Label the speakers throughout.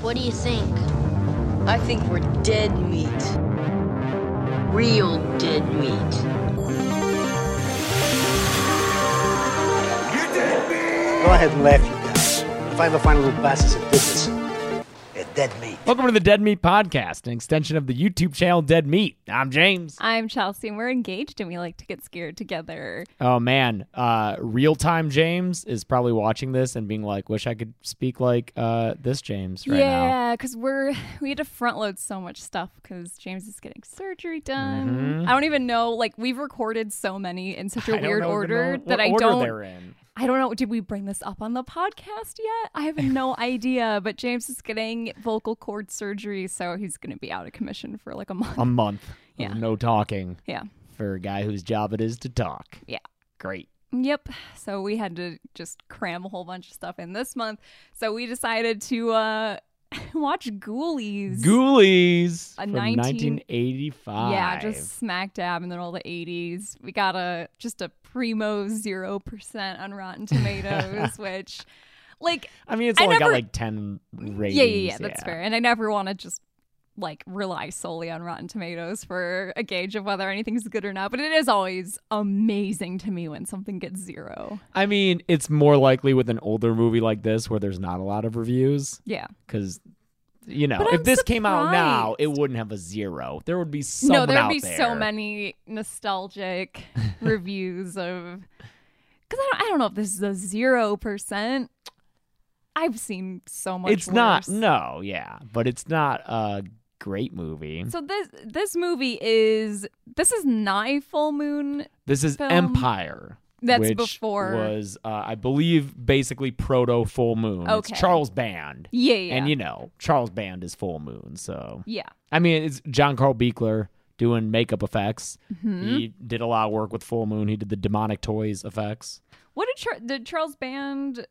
Speaker 1: What do you think?
Speaker 2: I think we're dead meat. Real dead meat.
Speaker 3: Go ahead and laugh, you guys. If I ever find a little bastards that did this, they're dead meat.
Speaker 4: Welcome to the Dead Meat Podcast, an extension of the YouTube channel Dead Meat. I'm James.
Speaker 5: I'm Chelsea, and we're engaged, and we like to get scared together.
Speaker 4: Oh man, uh, real time James is probably watching this and being like, "Wish I could speak like uh, this James right now."
Speaker 5: yeah, because we're we had to front load so much stuff because James is getting surgery done. I don't even know. Like we've recorded so many in such a
Speaker 4: Mm-hmm. I don't
Speaker 5: weird
Speaker 4: know the
Speaker 5: order
Speaker 4: mo-
Speaker 5: that
Speaker 4: what
Speaker 5: I
Speaker 4: order
Speaker 5: don't.
Speaker 4: They're in.
Speaker 5: I don't know. Did we bring this up on the podcast yet? I have no idea. But James is getting vocal cord surgery, so he's going to be out of commission for like a month.
Speaker 4: a month.
Speaker 5: Yeah.
Speaker 4: Of no talking
Speaker 5: yeah.
Speaker 4: for a guy whose job it is to talk.
Speaker 5: Yeah.
Speaker 4: Great.
Speaker 5: Yep. So we had to just cram a whole bunch of stuff in this month. So we decided to uh watch Ghoulies.
Speaker 4: Ghoulies
Speaker 5: A
Speaker 4: from
Speaker 5: 19
Speaker 4: 1985.
Speaker 5: Yeah, just smack dab in the middle of the eighties. We got a just a primo zero percent on Rotten Tomatoes, which like
Speaker 4: I mean, it's
Speaker 5: I
Speaker 4: only got
Speaker 5: never-
Speaker 4: like 10 ratings.
Speaker 5: yeah, yeah, yeah, that's fair. And I never want to just like rely solely on Rotten Tomatoes for a gauge of whether anything's good or not. But it is always amazing to me when something gets zero.
Speaker 4: I mean, it's more likely with an older movie like this where there's not a lot of reviews
Speaker 5: Yeah.
Speaker 4: because. You know,
Speaker 5: But
Speaker 4: if
Speaker 5: I'm
Speaker 4: this came out now, it
Speaker 5: surprised.
Speaker 4: wouldn't have a zero. There would be someone
Speaker 5: no, there'd
Speaker 4: out
Speaker 5: be
Speaker 4: there.
Speaker 5: so many nostalgic reviews of because I don't, I don't know if this is a zero percent. I've seen so much.
Speaker 4: It's not.
Speaker 5: worse.
Speaker 4: No, yeah, but it's not a great movie.
Speaker 5: So this this movie is this is not a full moon.
Speaker 4: This is
Speaker 5: film.
Speaker 4: Empire.
Speaker 5: That's
Speaker 4: which
Speaker 5: before-
Speaker 4: was uh, I believe basically proto full moon.
Speaker 5: Okay.
Speaker 4: It's Charles Band.
Speaker 5: Yeah, yeah,
Speaker 4: And you know, Charles Band is full moon, so
Speaker 5: yeah.
Speaker 4: I mean it's John Carl Beekler doing makeup effects.
Speaker 5: Mm-hmm.
Speaker 4: He
Speaker 5: Hmm?
Speaker 4: did a lot of work with Full Moon. He did the demonic toys effects.
Speaker 5: What did Char- did Charles Band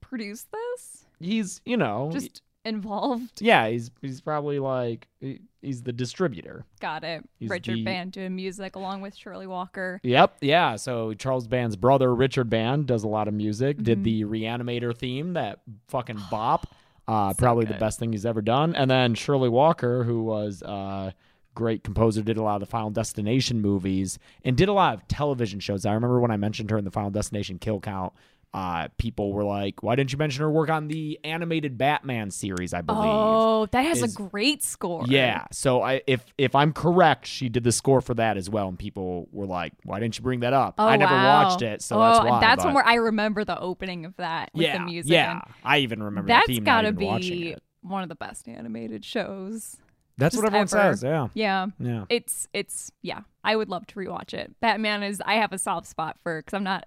Speaker 5: produce this?
Speaker 4: He's, you know,
Speaker 5: Just involved.
Speaker 4: yeah, he's he's probably like he- he's the distributor.
Speaker 5: Got it.
Speaker 4: He's
Speaker 5: Richard
Speaker 4: the-
Speaker 5: Band doing music along with Shirley Walker.
Speaker 4: Yep, yeah. So Charles Band's brother, Richard Band, does a lot of music. Did the Reanimator theme, that fucking bop. Uh, probably the best thing he's ever done. And then Shirley Walker, who was uh, great composer, did a lot of the Final Destination movies and did a lot of television shows. I remember when I mentioned her in the Final Destination Kill Count, uh, people were like, "Why didn't you mention her work on the animated Batman series?" I believe.
Speaker 5: Oh, that has
Speaker 4: is-
Speaker 5: a great score.
Speaker 4: Yeah. So I if if I'm correct, she did the score for that as well, and people were like, "Why didn't you bring that up?"
Speaker 5: Oh,
Speaker 4: I never
Speaker 5: wow.
Speaker 4: watched it, so
Speaker 5: oh,
Speaker 4: that's
Speaker 5: and
Speaker 4: why.
Speaker 5: That's
Speaker 4: but-
Speaker 5: when we're, I remember the opening of that with
Speaker 4: yeah,
Speaker 5: the music.
Speaker 4: Yeah,
Speaker 5: in.
Speaker 4: I even remember
Speaker 5: That's
Speaker 4: the theme.
Speaker 5: gotta
Speaker 4: got to
Speaker 5: be one of the best animated shows.
Speaker 4: That's what
Speaker 5: just
Speaker 4: everyone
Speaker 5: ever.
Speaker 4: says. Yeah.
Speaker 5: Yeah.
Speaker 4: Yeah.
Speaker 5: It's it's yeah. I would love to rewatch it. Batman is I have a soft spot for because I'm not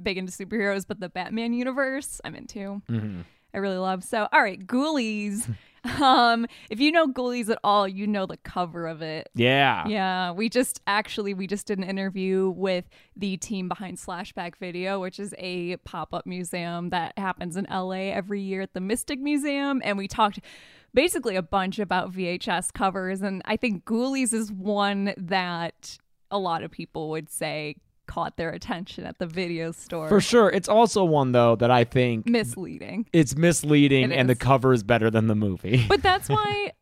Speaker 5: big into superheroes, but the Batman universe I'm into.
Speaker 4: Mm-hmm.
Speaker 5: I really love. So all right, Ghoulies. um, if you know Ghoulies at all, you know the cover of it.
Speaker 4: Yeah.
Speaker 5: Yeah, we just actually we just did an interview with the team behind Slashback Video, which is a pop-up museum that happens in LA every year at the Mystic Museum, and we talked basically a bunch about VHS covers and I think Ghoulies is one that a lot of people would say caught their attention at the video store.
Speaker 4: For sure. It's also one though that I think
Speaker 5: Misleading.
Speaker 4: it's misleading,
Speaker 5: Mm. It
Speaker 4: and the
Speaker 5: is.
Speaker 4: cover is better than the movie.
Speaker 5: But that's why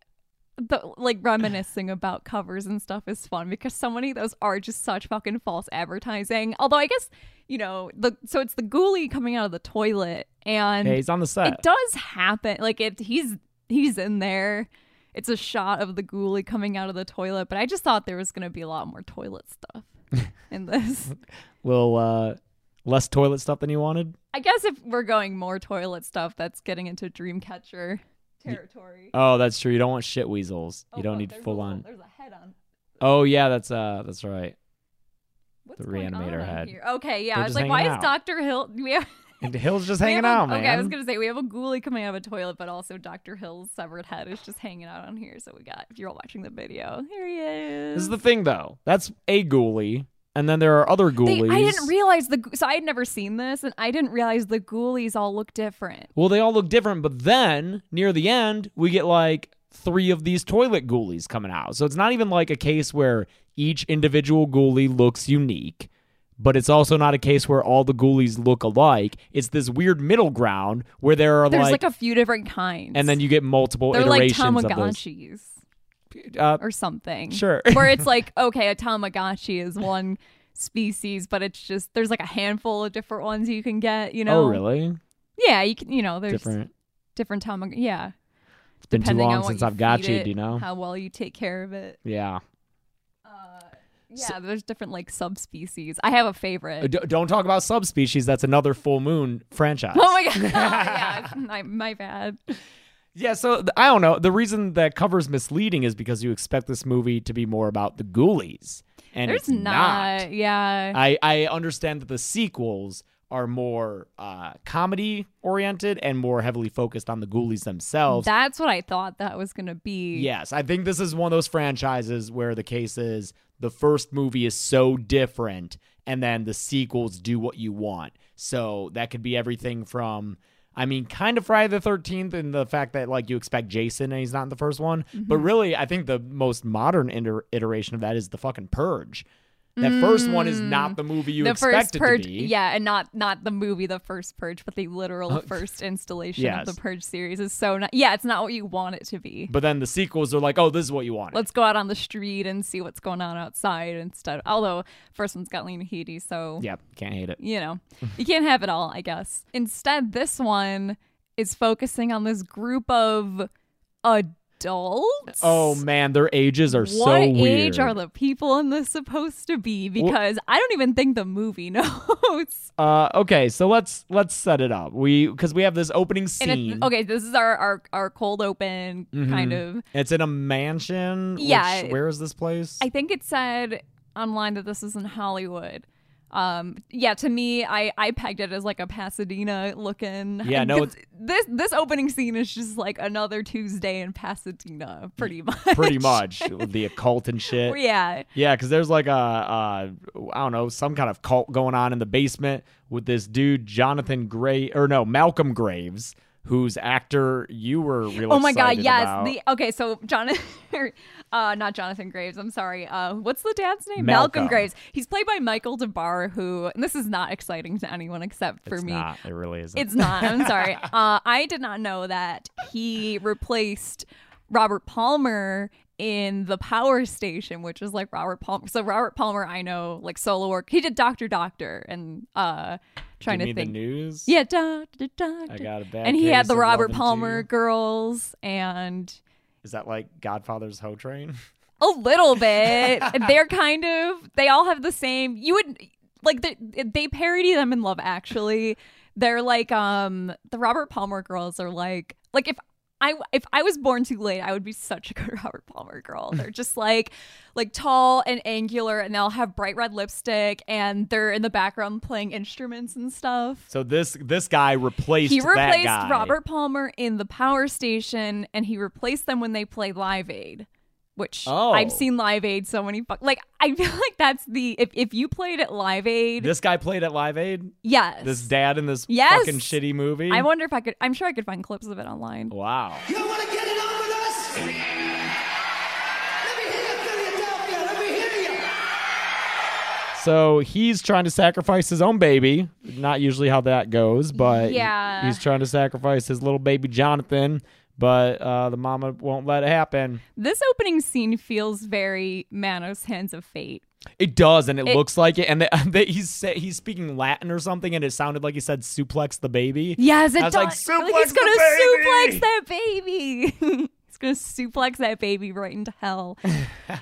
Speaker 5: the like reminiscing about covers and stuff is fun because so many of those are just such fucking false advertising. Although I guess, you know, the so it's the ghoulie coming out of the toilet and
Speaker 4: yeah, he's on the set.
Speaker 5: it does happen. Like it he's he's in there. It's a shot of the ghoulie coming out of the toilet, but I just thought there was gonna be a lot more toilet stuff in this.
Speaker 4: Little uh, less toilet stuff than you wanted.
Speaker 5: I guess if we're going more toilet stuff, that's getting into Dreamcatcher territory.
Speaker 4: Oh, that's true. You don't want shit weasels.
Speaker 5: Oh,
Speaker 4: you don't
Speaker 5: look,
Speaker 4: need
Speaker 5: there's a
Speaker 4: full
Speaker 5: little-
Speaker 4: on.
Speaker 5: There's a head on
Speaker 4: Oh yeah, that's uh, that's right.
Speaker 5: What's
Speaker 4: The
Speaker 5: going on
Speaker 4: reanimator
Speaker 5: out
Speaker 4: head.
Speaker 5: Here? Okay, yeah.
Speaker 4: They're
Speaker 5: I was
Speaker 4: just
Speaker 5: like,
Speaker 4: hanging
Speaker 5: why
Speaker 4: out.
Speaker 5: is Doctor Hill? We have,
Speaker 4: And Hill's just
Speaker 5: we
Speaker 4: hanging
Speaker 5: have a-
Speaker 4: out, man.
Speaker 5: Okay, I was gonna say we have a ghoulie coming out of a toilet, but also Doctor Hill's severed head is just hanging out on here. So we got, if you're all watching the video, here he is.
Speaker 4: This is the thing, though. That's a ghoulie, and then there are other
Speaker 5: They-
Speaker 4: ghoulies.
Speaker 5: I didn't realize the. So I had never seen this, and I didn't realize the ghoulies all look different.
Speaker 4: well, they all look different, but then near the end, we get like three of these toilet ghoulies coming out. So it's not even like a case where each individual ghoulie looks unique. but it's also not a case where all the ghoulies look alike. It's this weird middle ground where there are
Speaker 5: There's
Speaker 4: like,
Speaker 5: like, a few different kinds.
Speaker 4: and then you get multiple
Speaker 5: they're like
Speaker 4: iterations of those.
Speaker 5: Tamagotchis
Speaker 4: Uh,
Speaker 5: or something.
Speaker 4: Sure.
Speaker 5: Where it's like, okay, a Tamagotchi is one species, but it's just there's like a handful of different ones you can get, you know.
Speaker 4: oh, really?
Speaker 5: Yeah, you can you know, there's
Speaker 4: Different.
Speaker 5: different Tamag yeah.
Speaker 4: It's been too
Speaker 5: depending on
Speaker 4: long
Speaker 5: what
Speaker 4: since
Speaker 5: you
Speaker 4: I've got
Speaker 5: feed
Speaker 4: you.
Speaker 5: it,
Speaker 4: Do you know?
Speaker 5: How well you take care of it.
Speaker 4: yeah.
Speaker 5: Yeah, there's different like subspecies. I have a
Speaker 4: Uh,
Speaker 5: favorite.
Speaker 4: d- don't talk about subspecies. That's another full moon franchise.
Speaker 5: Oh my god. Oh, yeah, my, my bad.
Speaker 4: Yeah, so th- I don't know. The reason that cover's misleading is because you expect this movie to be more about the ghoulies. And
Speaker 5: There's
Speaker 4: it's not.
Speaker 5: not. Yeah.
Speaker 4: I, I understand that the sequels are more uh, comedy oriented and more heavily focused on the ghoulies themselves.
Speaker 5: That's what I thought that was going to be.
Speaker 4: yes, I think this is one of those franchises where the case is the first movie is so different and then the sequels do what you want. So that could be everything from. I mean, kind of Friday the 13th and the fact that, like, you expect Jason and he's not in the first one.
Speaker 5: Mm-hmm.
Speaker 4: But really, I think the most modern iter- iteration of that is the fucking Purge. That first one is not the movie you
Speaker 5: Mm. the
Speaker 4: expect
Speaker 5: first
Speaker 4: it
Speaker 5: purge,
Speaker 4: to be. Oh,
Speaker 5: yeah, and not not the movie, the first purge, but the literal first installation of
Speaker 4: yes.
Speaker 5: the purge series is so not. Yeah, it's not what you want it to be.
Speaker 4: But then the sequels are like, oh, this is what you want.
Speaker 5: Let's go out on the street and see what's going on outside instead. Although first one's got Lena Headey, so
Speaker 4: Yep, can't hate it.
Speaker 5: you know, you can't have it all, I guess. Instead, this one is focusing on this group of adults.
Speaker 4: Oh man, their ages are so
Speaker 5: what
Speaker 4: weird.
Speaker 5: age are the people in this supposed to be? Because I don't even think the movie knows.
Speaker 4: uh, okay, so let's let's set it up. We because we have this opening
Speaker 5: And
Speaker 4: scene.
Speaker 5: it's, okay, this is our our, our cold open
Speaker 4: Mm-hmm.
Speaker 5: kind of.
Speaker 4: It's in a mansion.
Speaker 5: Yeah,
Speaker 4: which-
Speaker 5: it-
Speaker 4: where is this place?
Speaker 5: I think it said online that this is in Hollywood. Um, yeah, to me, I I pegged it as like a Pasadena looking.
Speaker 4: Yeah, no,
Speaker 5: 'cause This this opening scene is just like another Tuesday in Pasadena, pretty much.
Speaker 4: Mm, Pretty much with the occult and shit.
Speaker 5: yeah.
Speaker 4: Yeah, because there's like a, uh, I don't know, some kind of cult going on in the basement with this dude, Jonathan Gray, or no, Malcolm Graves, whose actor you were really
Speaker 5: Oh my god,
Speaker 4: excited
Speaker 5: yes.
Speaker 4: about.
Speaker 5: The okay, so Jonathan uh not Jonathan Graves, I'm sorry. Uh what's the dad's name?
Speaker 4: Malcolm.
Speaker 5: Graves. He's played by Michael DeBar who and this is not exciting to anyone except for
Speaker 4: it's
Speaker 5: me.
Speaker 4: not. It really isn't.
Speaker 5: It's not. I'm sorry. Uh, I did not know that he replaced Robert Palmer in the Power Station, which is like Robert Palmer. So Robert Palmer, I know, like solo work. He did Doctor Doctor and uh, trying
Speaker 4: Give me
Speaker 5: to
Speaker 4: the
Speaker 5: think.
Speaker 4: news.
Speaker 5: Yeah, Doctor Doctor.
Speaker 4: I got a bad
Speaker 5: And he had
Speaker 4: case
Speaker 5: the
Speaker 4: of
Speaker 5: Robert
Speaker 4: loving
Speaker 5: Palmer
Speaker 4: tea.
Speaker 5: girls and.
Speaker 4: Is that like Godfather's Ho Train?
Speaker 5: A little bit. They're kind of. They all have the same. You would like they, they parody them in Love Actually. They're like um the Robert Palmer girls are like like if I if I was born too late I would be such a good Robert Palmer girl. They're just like like tall and angular and they'll have bright red lipstick and they're in the background playing instruments and stuff.
Speaker 4: So this this guy replaced
Speaker 5: He
Speaker 4: that
Speaker 5: replaced
Speaker 4: guy.
Speaker 5: Robert Palmer in the Power Station, and he replaced them when they play Live Aid, which
Speaker 4: Oh.
Speaker 5: I've seen Live Aid so many fuck. Like I feel like that's the if if you played at Live Aid,
Speaker 4: This guy played at Live Aid.
Speaker 5: yes,
Speaker 4: This dad in this
Speaker 5: Yes.
Speaker 4: fucking shitty movie.
Speaker 5: I wonder if I could. I'm sure I could find clips of it online.
Speaker 4: wow.
Speaker 1: You want to get it on with us? Let me hear you, Philadelphia. Let me hear you.
Speaker 4: So he's trying to sacrifice his own baby. Not usually how that goes, but
Speaker 5: Yeah.
Speaker 4: he's trying to sacrifice his little baby Jonathan. But uh, the mama won't let it happen.
Speaker 5: This opening scene feels very Manos Hands of Fate.
Speaker 4: It does, and it,
Speaker 5: It-
Speaker 4: looks like it. And they, they, he's sa- he's speaking Latin or something, and it sounded like he said "suplex the baby."
Speaker 5: Yes, it
Speaker 4: I was
Speaker 5: does.
Speaker 4: like,
Speaker 5: Like,
Speaker 4: "Suplex
Speaker 5: he's gonna
Speaker 4: the baby!"
Speaker 5: suplex that baby. he's gonna suplex that baby right into hell. and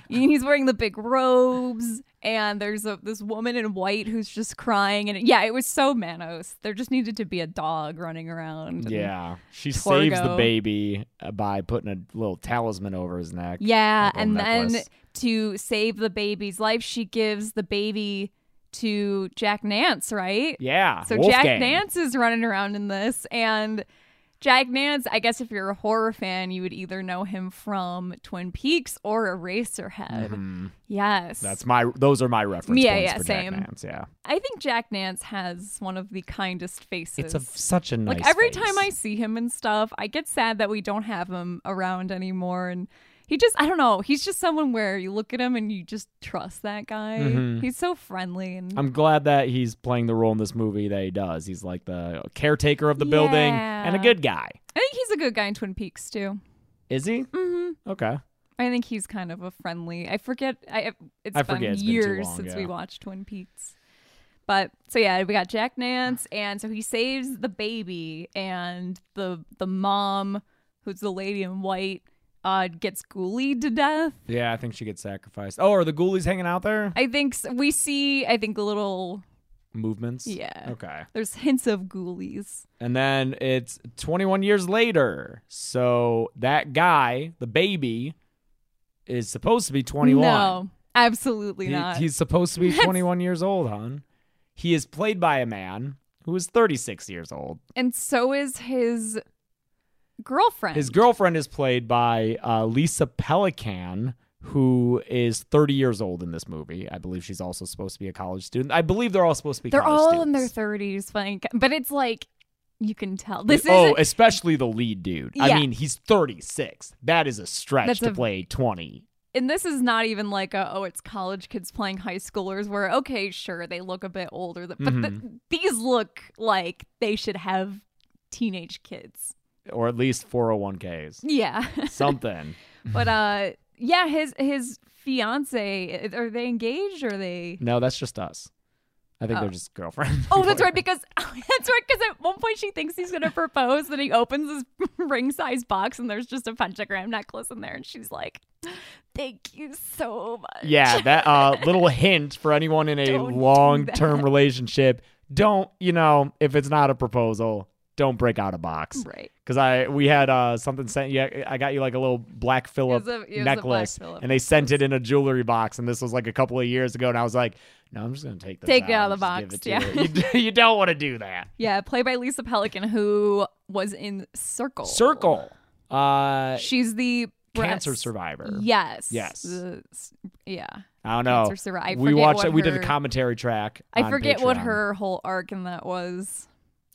Speaker 5: he's wearing the big robes, and there's a this woman in white who's just crying. And yeah, it was so Manos. There just needed to be a dog running around. and-
Speaker 4: Yeah, she saves the
Speaker 5: Torgo.
Speaker 4: baby uh, by putting a little talisman over his neck.
Speaker 5: Yeah,
Speaker 4: Like a
Speaker 5: and
Speaker 4: little
Speaker 5: then
Speaker 4: necklace.
Speaker 5: to save the baby's life, she gives the baby to Jack Nance, right?
Speaker 4: yeah.
Speaker 5: So Jack
Speaker 4: Wolfgang.
Speaker 5: Nance is running around in this, and Jack Nance. I guess if you're a horror fan, you would either know him from Twin Peaks or Eraserhead. Yes,
Speaker 4: Mm-hmm. That's my. Those are my reference
Speaker 5: Yeah,
Speaker 4: points
Speaker 5: yeah,
Speaker 4: for Jack
Speaker 5: same.
Speaker 4: Nance, Yeah,
Speaker 5: I think Jack Nance has one of the kindest faces.
Speaker 4: it's a such a nice.
Speaker 5: like every
Speaker 4: face.
Speaker 5: time I see him and stuff, I get sad that we don't have him around anymore, and He just, I don't know. He's just someone where you look at him and you just trust that guy. He's so friendly and
Speaker 4: Mm-hmm. I'm glad that he's playing the role in this movie that he does. He's like the caretaker of the building and a
Speaker 5: Yeah.
Speaker 4: good guy.
Speaker 5: I think he's a good guy in Twin Peaks too.
Speaker 4: Is he? Mm-hmm. Okay.
Speaker 5: I think he's kind of a friendly. I forget. I it's
Speaker 4: I
Speaker 5: been
Speaker 4: forget, it's been too
Speaker 5: years
Speaker 4: long,
Speaker 5: since
Speaker 4: yeah.
Speaker 5: we watched Twin Peaks. But so yeah, we got Jack Nance, and so he saves the baby, and the the mom, who's the lady in white, uh, gets ghoulied to death.
Speaker 4: Yeah, I think she gets sacrificed. Oh, are the ghoulies hanging out there?
Speaker 5: I think s we see. I think little.
Speaker 4: Movements?
Speaker 5: Yeah.
Speaker 4: Okay.
Speaker 5: There's hints of ghoulies.
Speaker 4: And then it's 21 years later. So that guy, the baby, is supposed to be 21.
Speaker 5: No, absolutely
Speaker 4: He-
Speaker 5: not.
Speaker 4: he's supposed to be 21 years old, hon. He is played by a man who is 36 years old.
Speaker 5: and so is his girlfriend.
Speaker 4: His girlfriend is played by uh, Lisa Pelican, who is 30 years old in this movie. I believe she's also supposed to be a college student. I believe they're all supposed to be
Speaker 5: They're
Speaker 4: college
Speaker 5: all in their
Speaker 4: students.
Speaker 5: thirties, like, but it's like you can tell this is
Speaker 4: oh,
Speaker 5: not
Speaker 4: especially the lead dude. I
Speaker 5: Yeah.
Speaker 4: mean, he's 36. That is a stretch
Speaker 5: That's
Speaker 4: to
Speaker 5: a-
Speaker 4: play 20.
Speaker 5: and this is not even like a oh, it's college kids playing high schoolers. Where okay, sure, they look a bit older, th- but the, these look like they should have teenage kids.
Speaker 4: or at least 401ks.
Speaker 5: Yeah,
Speaker 4: Something.
Speaker 5: but uh, yeah, his his fiance are they engaged? Or are they?
Speaker 4: no, that's just us. I think they're just girlfriends.
Speaker 5: Oh, that's right. Because that's right. Because at one point she thinks he's gonna propose, then he opens his ring-sized box, and there's just a pentagram necklace in there, and she's like, "Thank you so much."
Speaker 4: yeah, that uh, little hint for anyone in a
Speaker 5: Don't do
Speaker 4: long-term
Speaker 5: that.
Speaker 4: relationship. Don't you know if it's not a proposal, don't break out a box.
Speaker 5: Right.
Speaker 4: Because I we had uh, something sent. Yeah, I got you like a little black Phillip
Speaker 5: It was a- it was a Black
Speaker 4: necklace,
Speaker 5: Phillip
Speaker 4: and they sent it in a jewelry box. And this was like a couple of years ago, and I was like, "No, I'm just gonna take this.
Speaker 5: Take
Speaker 4: out
Speaker 5: it out of
Speaker 4: and
Speaker 5: the
Speaker 4: just give
Speaker 5: box,
Speaker 4: it to you. You, you don't want to do that.
Speaker 5: Yeah, played by Lisa Pelican, who was in Circle.
Speaker 4: Circle. Uh,
Speaker 5: She's the
Speaker 4: cancer
Speaker 5: breast-
Speaker 4: survivor.
Speaker 5: Yes.
Speaker 4: Yes.
Speaker 5: The s- yeah.
Speaker 4: I don't know.
Speaker 5: Cancer survivor. I
Speaker 4: we
Speaker 5: forget
Speaker 4: watched.
Speaker 5: what
Speaker 4: we did a
Speaker 5: her-
Speaker 4: commentary track.
Speaker 5: I
Speaker 4: on
Speaker 5: forget what
Speaker 4: Patreon.
Speaker 5: her whole arc in that was.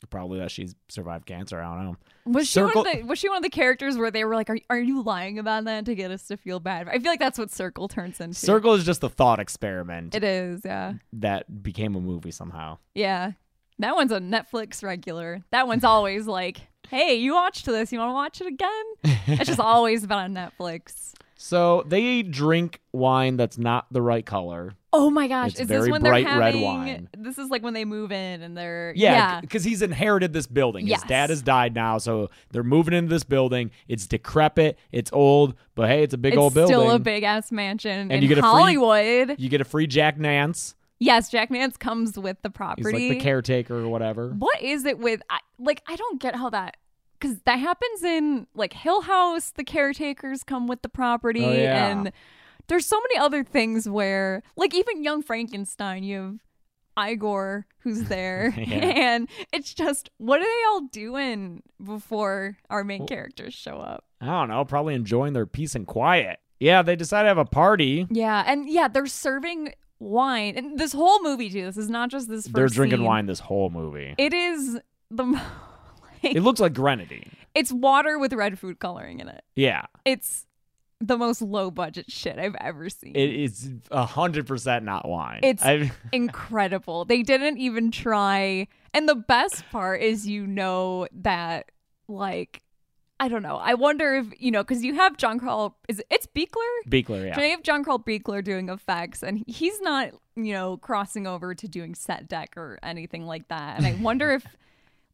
Speaker 4: Probably that she's survived cancer. I don't know.
Speaker 5: Was she one
Speaker 4: Circle-
Speaker 5: of the was she one of the characters where they were like, Are are you lying about that to get us to feel bad? I feel like that's what Circle turns into.
Speaker 4: Circle is just a thought experiment
Speaker 5: It is, yeah.
Speaker 4: that became a movie somehow.
Speaker 5: Yeah. That one's a Netflix regular. That one's always like, Hey, you watched this, you wanna watch it again? It's just always been on Netflix.
Speaker 4: So they drink wine that's not the right color.
Speaker 5: Oh my gosh!
Speaker 4: It's
Speaker 5: is
Speaker 4: very
Speaker 5: this when
Speaker 4: bright
Speaker 5: they're
Speaker 4: red
Speaker 5: having,
Speaker 4: wine.
Speaker 5: This is like when they move in and they're
Speaker 4: Yeah, because he's inherited this building.
Speaker 5: Yes.
Speaker 4: His dad has died now, so they're moving into this building. It's decrepit, it's old, but hey, it's a big
Speaker 5: It's
Speaker 4: old building.
Speaker 5: still a big ass mansion in
Speaker 4: you get a free-
Speaker 5: Hollywood.
Speaker 4: you get a free Jack Nance.
Speaker 5: yes, Jack Nance comes with the
Speaker 4: He's
Speaker 5: property.
Speaker 4: like the caretaker or whatever.
Speaker 5: what is it with I, like I don't get how that because that happens in like Hill House. The caretakers come with the property,
Speaker 4: Oh, yeah.
Speaker 5: and there's so many other things where like even Young Frankenstein, you have. Igor, who's there,
Speaker 4: Yeah.
Speaker 5: and it's just what are they all doing before our main characters show up?
Speaker 4: I don't know, probably enjoying their peace and quiet. Yeah, they decide to have a party.
Speaker 5: Yeah, and yeah, they're serving wine, and this whole movie too. This is not just this. First
Speaker 4: They're drinking
Speaker 5: scene.
Speaker 4: wine this whole movie.
Speaker 5: It is the mo- like,
Speaker 4: It looks like grenadine.
Speaker 5: it's water with red food coloring in it.
Speaker 4: Yeah,
Speaker 5: It's the most low budget shit I've ever seen.
Speaker 4: it is hundred percent not wine.
Speaker 5: It's-
Speaker 4: I-
Speaker 5: Incredible. They didn't even try. And the best part is, you know that like. I don't know. I wonder if you know because you have John Carl. Is it- it's Beekler?
Speaker 4: Beekler. Yeah,
Speaker 5: So you have John Carl Biegler doing effects, and he's not, you know, crossing over to doing set deck or anything like that. And I wonder if,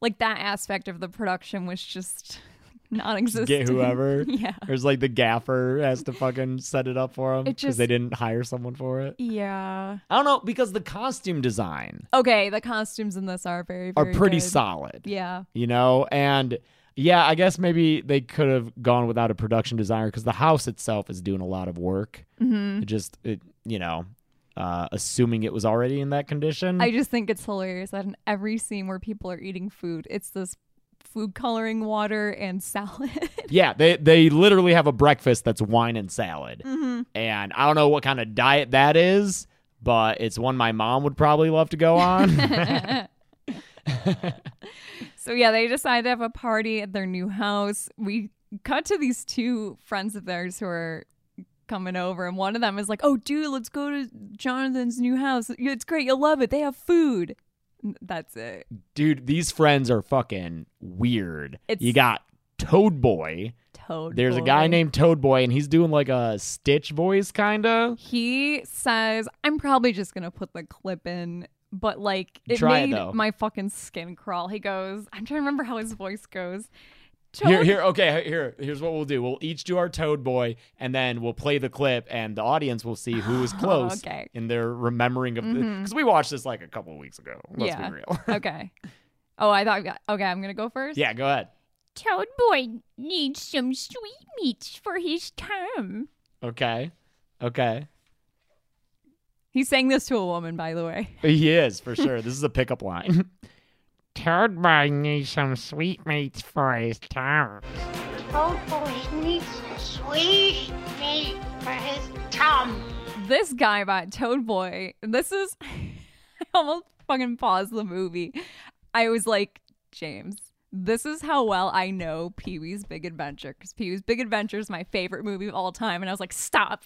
Speaker 5: like, that aspect of the production was just non-existent.
Speaker 4: get whoever.
Speaker 5: yeah.
Speaker 4: There's like the gaffer has to fucking set it up for them
Speaker 5: It
Speaker 4: because
Speaker 5: just-
Speaker 4: they didn't hire someone for it.
Speaker 5: Yeah.
Speaker 4: I don't know because the costume design
Speaker 5: Okay, the costumes in this are very,
Speaker 4: are
Speaker 5: very
Speaker 4: pretty
Speaker 5: good.
Speaker 4: solid.
Speaker 5: Yeah.
Speaker 4: you know, and yeah, I guess maybe they could have gone without a production designer because the house itself is doing a lot of work. Mm-hmm. It just, it you know, uh, assuming it was already in that condition.
Speaker 5: I just think it's hilarious that in every scene where people are eating food, it's this food coloring water and salad.
Speaker 4: Yeah, they they literally have a breakfast that's wine and salad, and I don't know what kind of diet that is, but it's one my mom would probably love to go on.
Speaker 5: So yeah, they decide to have a party at their new house. We cut to these two friends of theirs who are coming over, and one of them is like, "Oh, dude, let's go to Jonathan's new house. It's great. You'll love it. They have food." N- That's it.
Speaker 4: Dude, these friends are fucking weird.
Speaker 5: It's-
Speaker 4: you got Toad Boy.
Speaker 5: Toad.
Speaker 4: There's a
Speaker 5: Boy.
Speaker 4: guy named Toad Boy, and he's doing like a Stitch voice, kind of.
Speaker 5: He says, "I'm probably just gonna put the clip in." But like it
Speaker 4: Try it,
Speaker 5: made
Speaker 4: though.
Speaker 5: my fucking skin crawl. He goes, I'm trying to remember how his voice goes.
Speaker 4: Here,
Speaker 5: Toad
Speaker 4: here, okay, here, here's what we'll do. We'll each do our Toad Boy, and then we'll play the clip, and the audience will see who is close
Speaker 5: Oh, okay. Mm-hmm.
Speaker 4: in their remembering of the. Because we watched this like a couple of weeks ago. Let's
Speaker 5: Yeah.
Speaker 4: be real.
Speaker 5: okay. Oh, I thought. Okay, I'm gonna go first.
Speaker 4: yeah, go ahead.
Speaker 5: Toad boy needs some sweetmeats for his time.
Speaker 4: Okay. Okay.
Speaker 5: He's saying this to a woman, by the way.
Speaker 4: He is, for sure. this is a pickup line.
Speaker 6: Toad Boy needs some sweetmeats for his tongue.
Speaker 7: Old boy needs some sweet meat for his tum.
Speaker 5: This guy by Toad Boy. This is. I almost fucking paused the movie. I was like, James, this is how well I know Pee Wee's Big Adventure because Pee Wee's Big Adventure is my favorite movie of all time, and I was like, stop.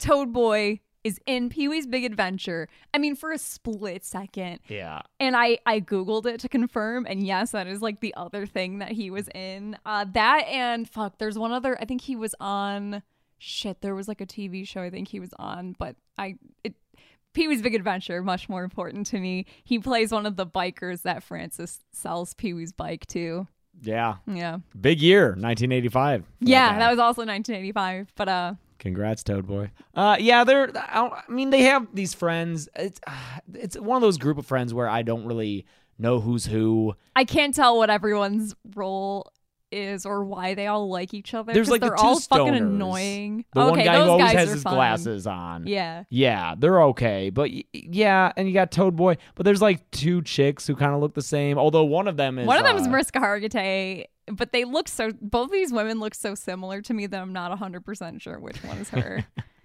Speaker 5: Toad Boy is in Pee Wee's Big Adventure. I mean, for a split second,
Speaker 4: Yeah.
Speaker 5: and I I googled it to confirm, and yes, that is like the other thing that he was in. Uh, that and fuck, there's one other. I think he was on. Shit, there was like a TV show. I think he was on, but I it. Pee Wee's Big Adventure, much more important to me. He plays one of the bikers that Francis sells Pee Wee's bike to.
Speaker 4: Yeah.
Speaker 5: Yeah.
Speaker 4: Big year, 1985.
Speaker 5: Yeah, that was also 1985. But uh,
Speaker 4: Congrats, Toad Boy. Uh, yeah, they're. I, don't- I mean, they have these friends. It's uh, it's one of those group of friends where I don't really know who's who.
Speaker 5: I can't tell what everyone's role is or why they all like each other.
Speaker 4: There's
Speaker 5: 'cause
Speaker 4: like
Speaker 5: they're
Speaker 4: the two
Speaker 5: all fucking
Speaker 4: stoners.
Speaker 5: annoying.
Speaker 4: The
Speaker 5: okay,
Speaker 4: one guy
Speaker 5: those
Speaker 4: who always
Speaker 5: guys
Speaker 4: has
Speaker 5: are
Speaker 4: his
Speaker 5: fun.
Speaker 4: glasses on.
Speaker 5: Yeah.
Speaker 4: Yeah, they're okay, but y- yeah, and you got Toad Boy, but there's like two chicks who kind of look the same. Although one of them is
Speaker 5: One of them is
Speaker 4: uh,
Speaker 5: Mariska Hargitay, but they look so. Both of these women look so similar to me that I'm not 100 percent sure which one is her.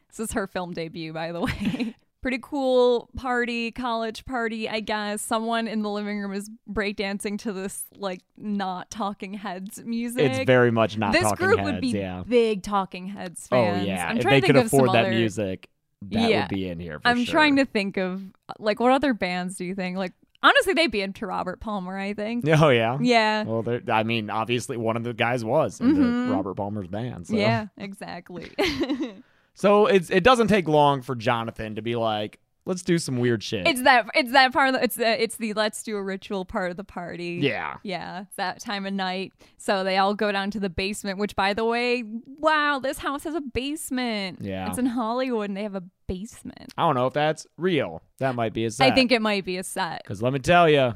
Speaker 5: this is her film debut, by the way. Pretty cool party, college party, I guess. Someone in the living room is breakdancing to this like not Talking Heads music.
Speaker 4: It's very much not
Speaker 5: this
Speaker 4: Talking
Speaker 5: group
Speaker 4: Heads.
Speaker 5: would be
Speaker 4: yeah.
Speaker 5: big Talking Heads fans.
Speaker 4: Oh yeah,
Speaker 5: I'm
Speaker 4: if they
Speaker 5: trying to
Speaker 4: could
Speaker 5: think of
Speaker 4: afford
Speaker 5: some
Speaker 4: that
Speaker 5: other-
Speaker 4: music, that
Speaker 5: Yeah.
Speaker 4: would be in here. For
Speaker 5: I'm
Speaker 4: sure.
Speaker 5: trying to think of like what other bands do you think? Like honestly, they'd be into Robert Palmer. I think.
Speaker 4: Oh yeah.
Speaker 5: Yeah.
Speaker 4: Well, there- I mean, obviously, one of the guys was in
Speaker 5: Mhm.
Speaker 4: the Robert Palmer's band. So.
Speaker 5: Yeah, exactly. it's
Speaker 4: So it's it doesn't take long for Jonathan to be like, let's do some weird shit.
Speaker 5: that it's that part of the it's the it's the let's do a ritual part of the party.
Speaker 4: yeah.
Speaker 5: Yeah, it's that time of night. So they all go down to the basement, which by the way, wow, this house has a basement.
Speaker 4: Yeah.
Speaker 5: It's in Hollywood and they have a basement.
Speaker 4: I don't know if that's real. That might be a set.
Speaker 5: I think it might be a set.
Speaker 4: because let me tell you,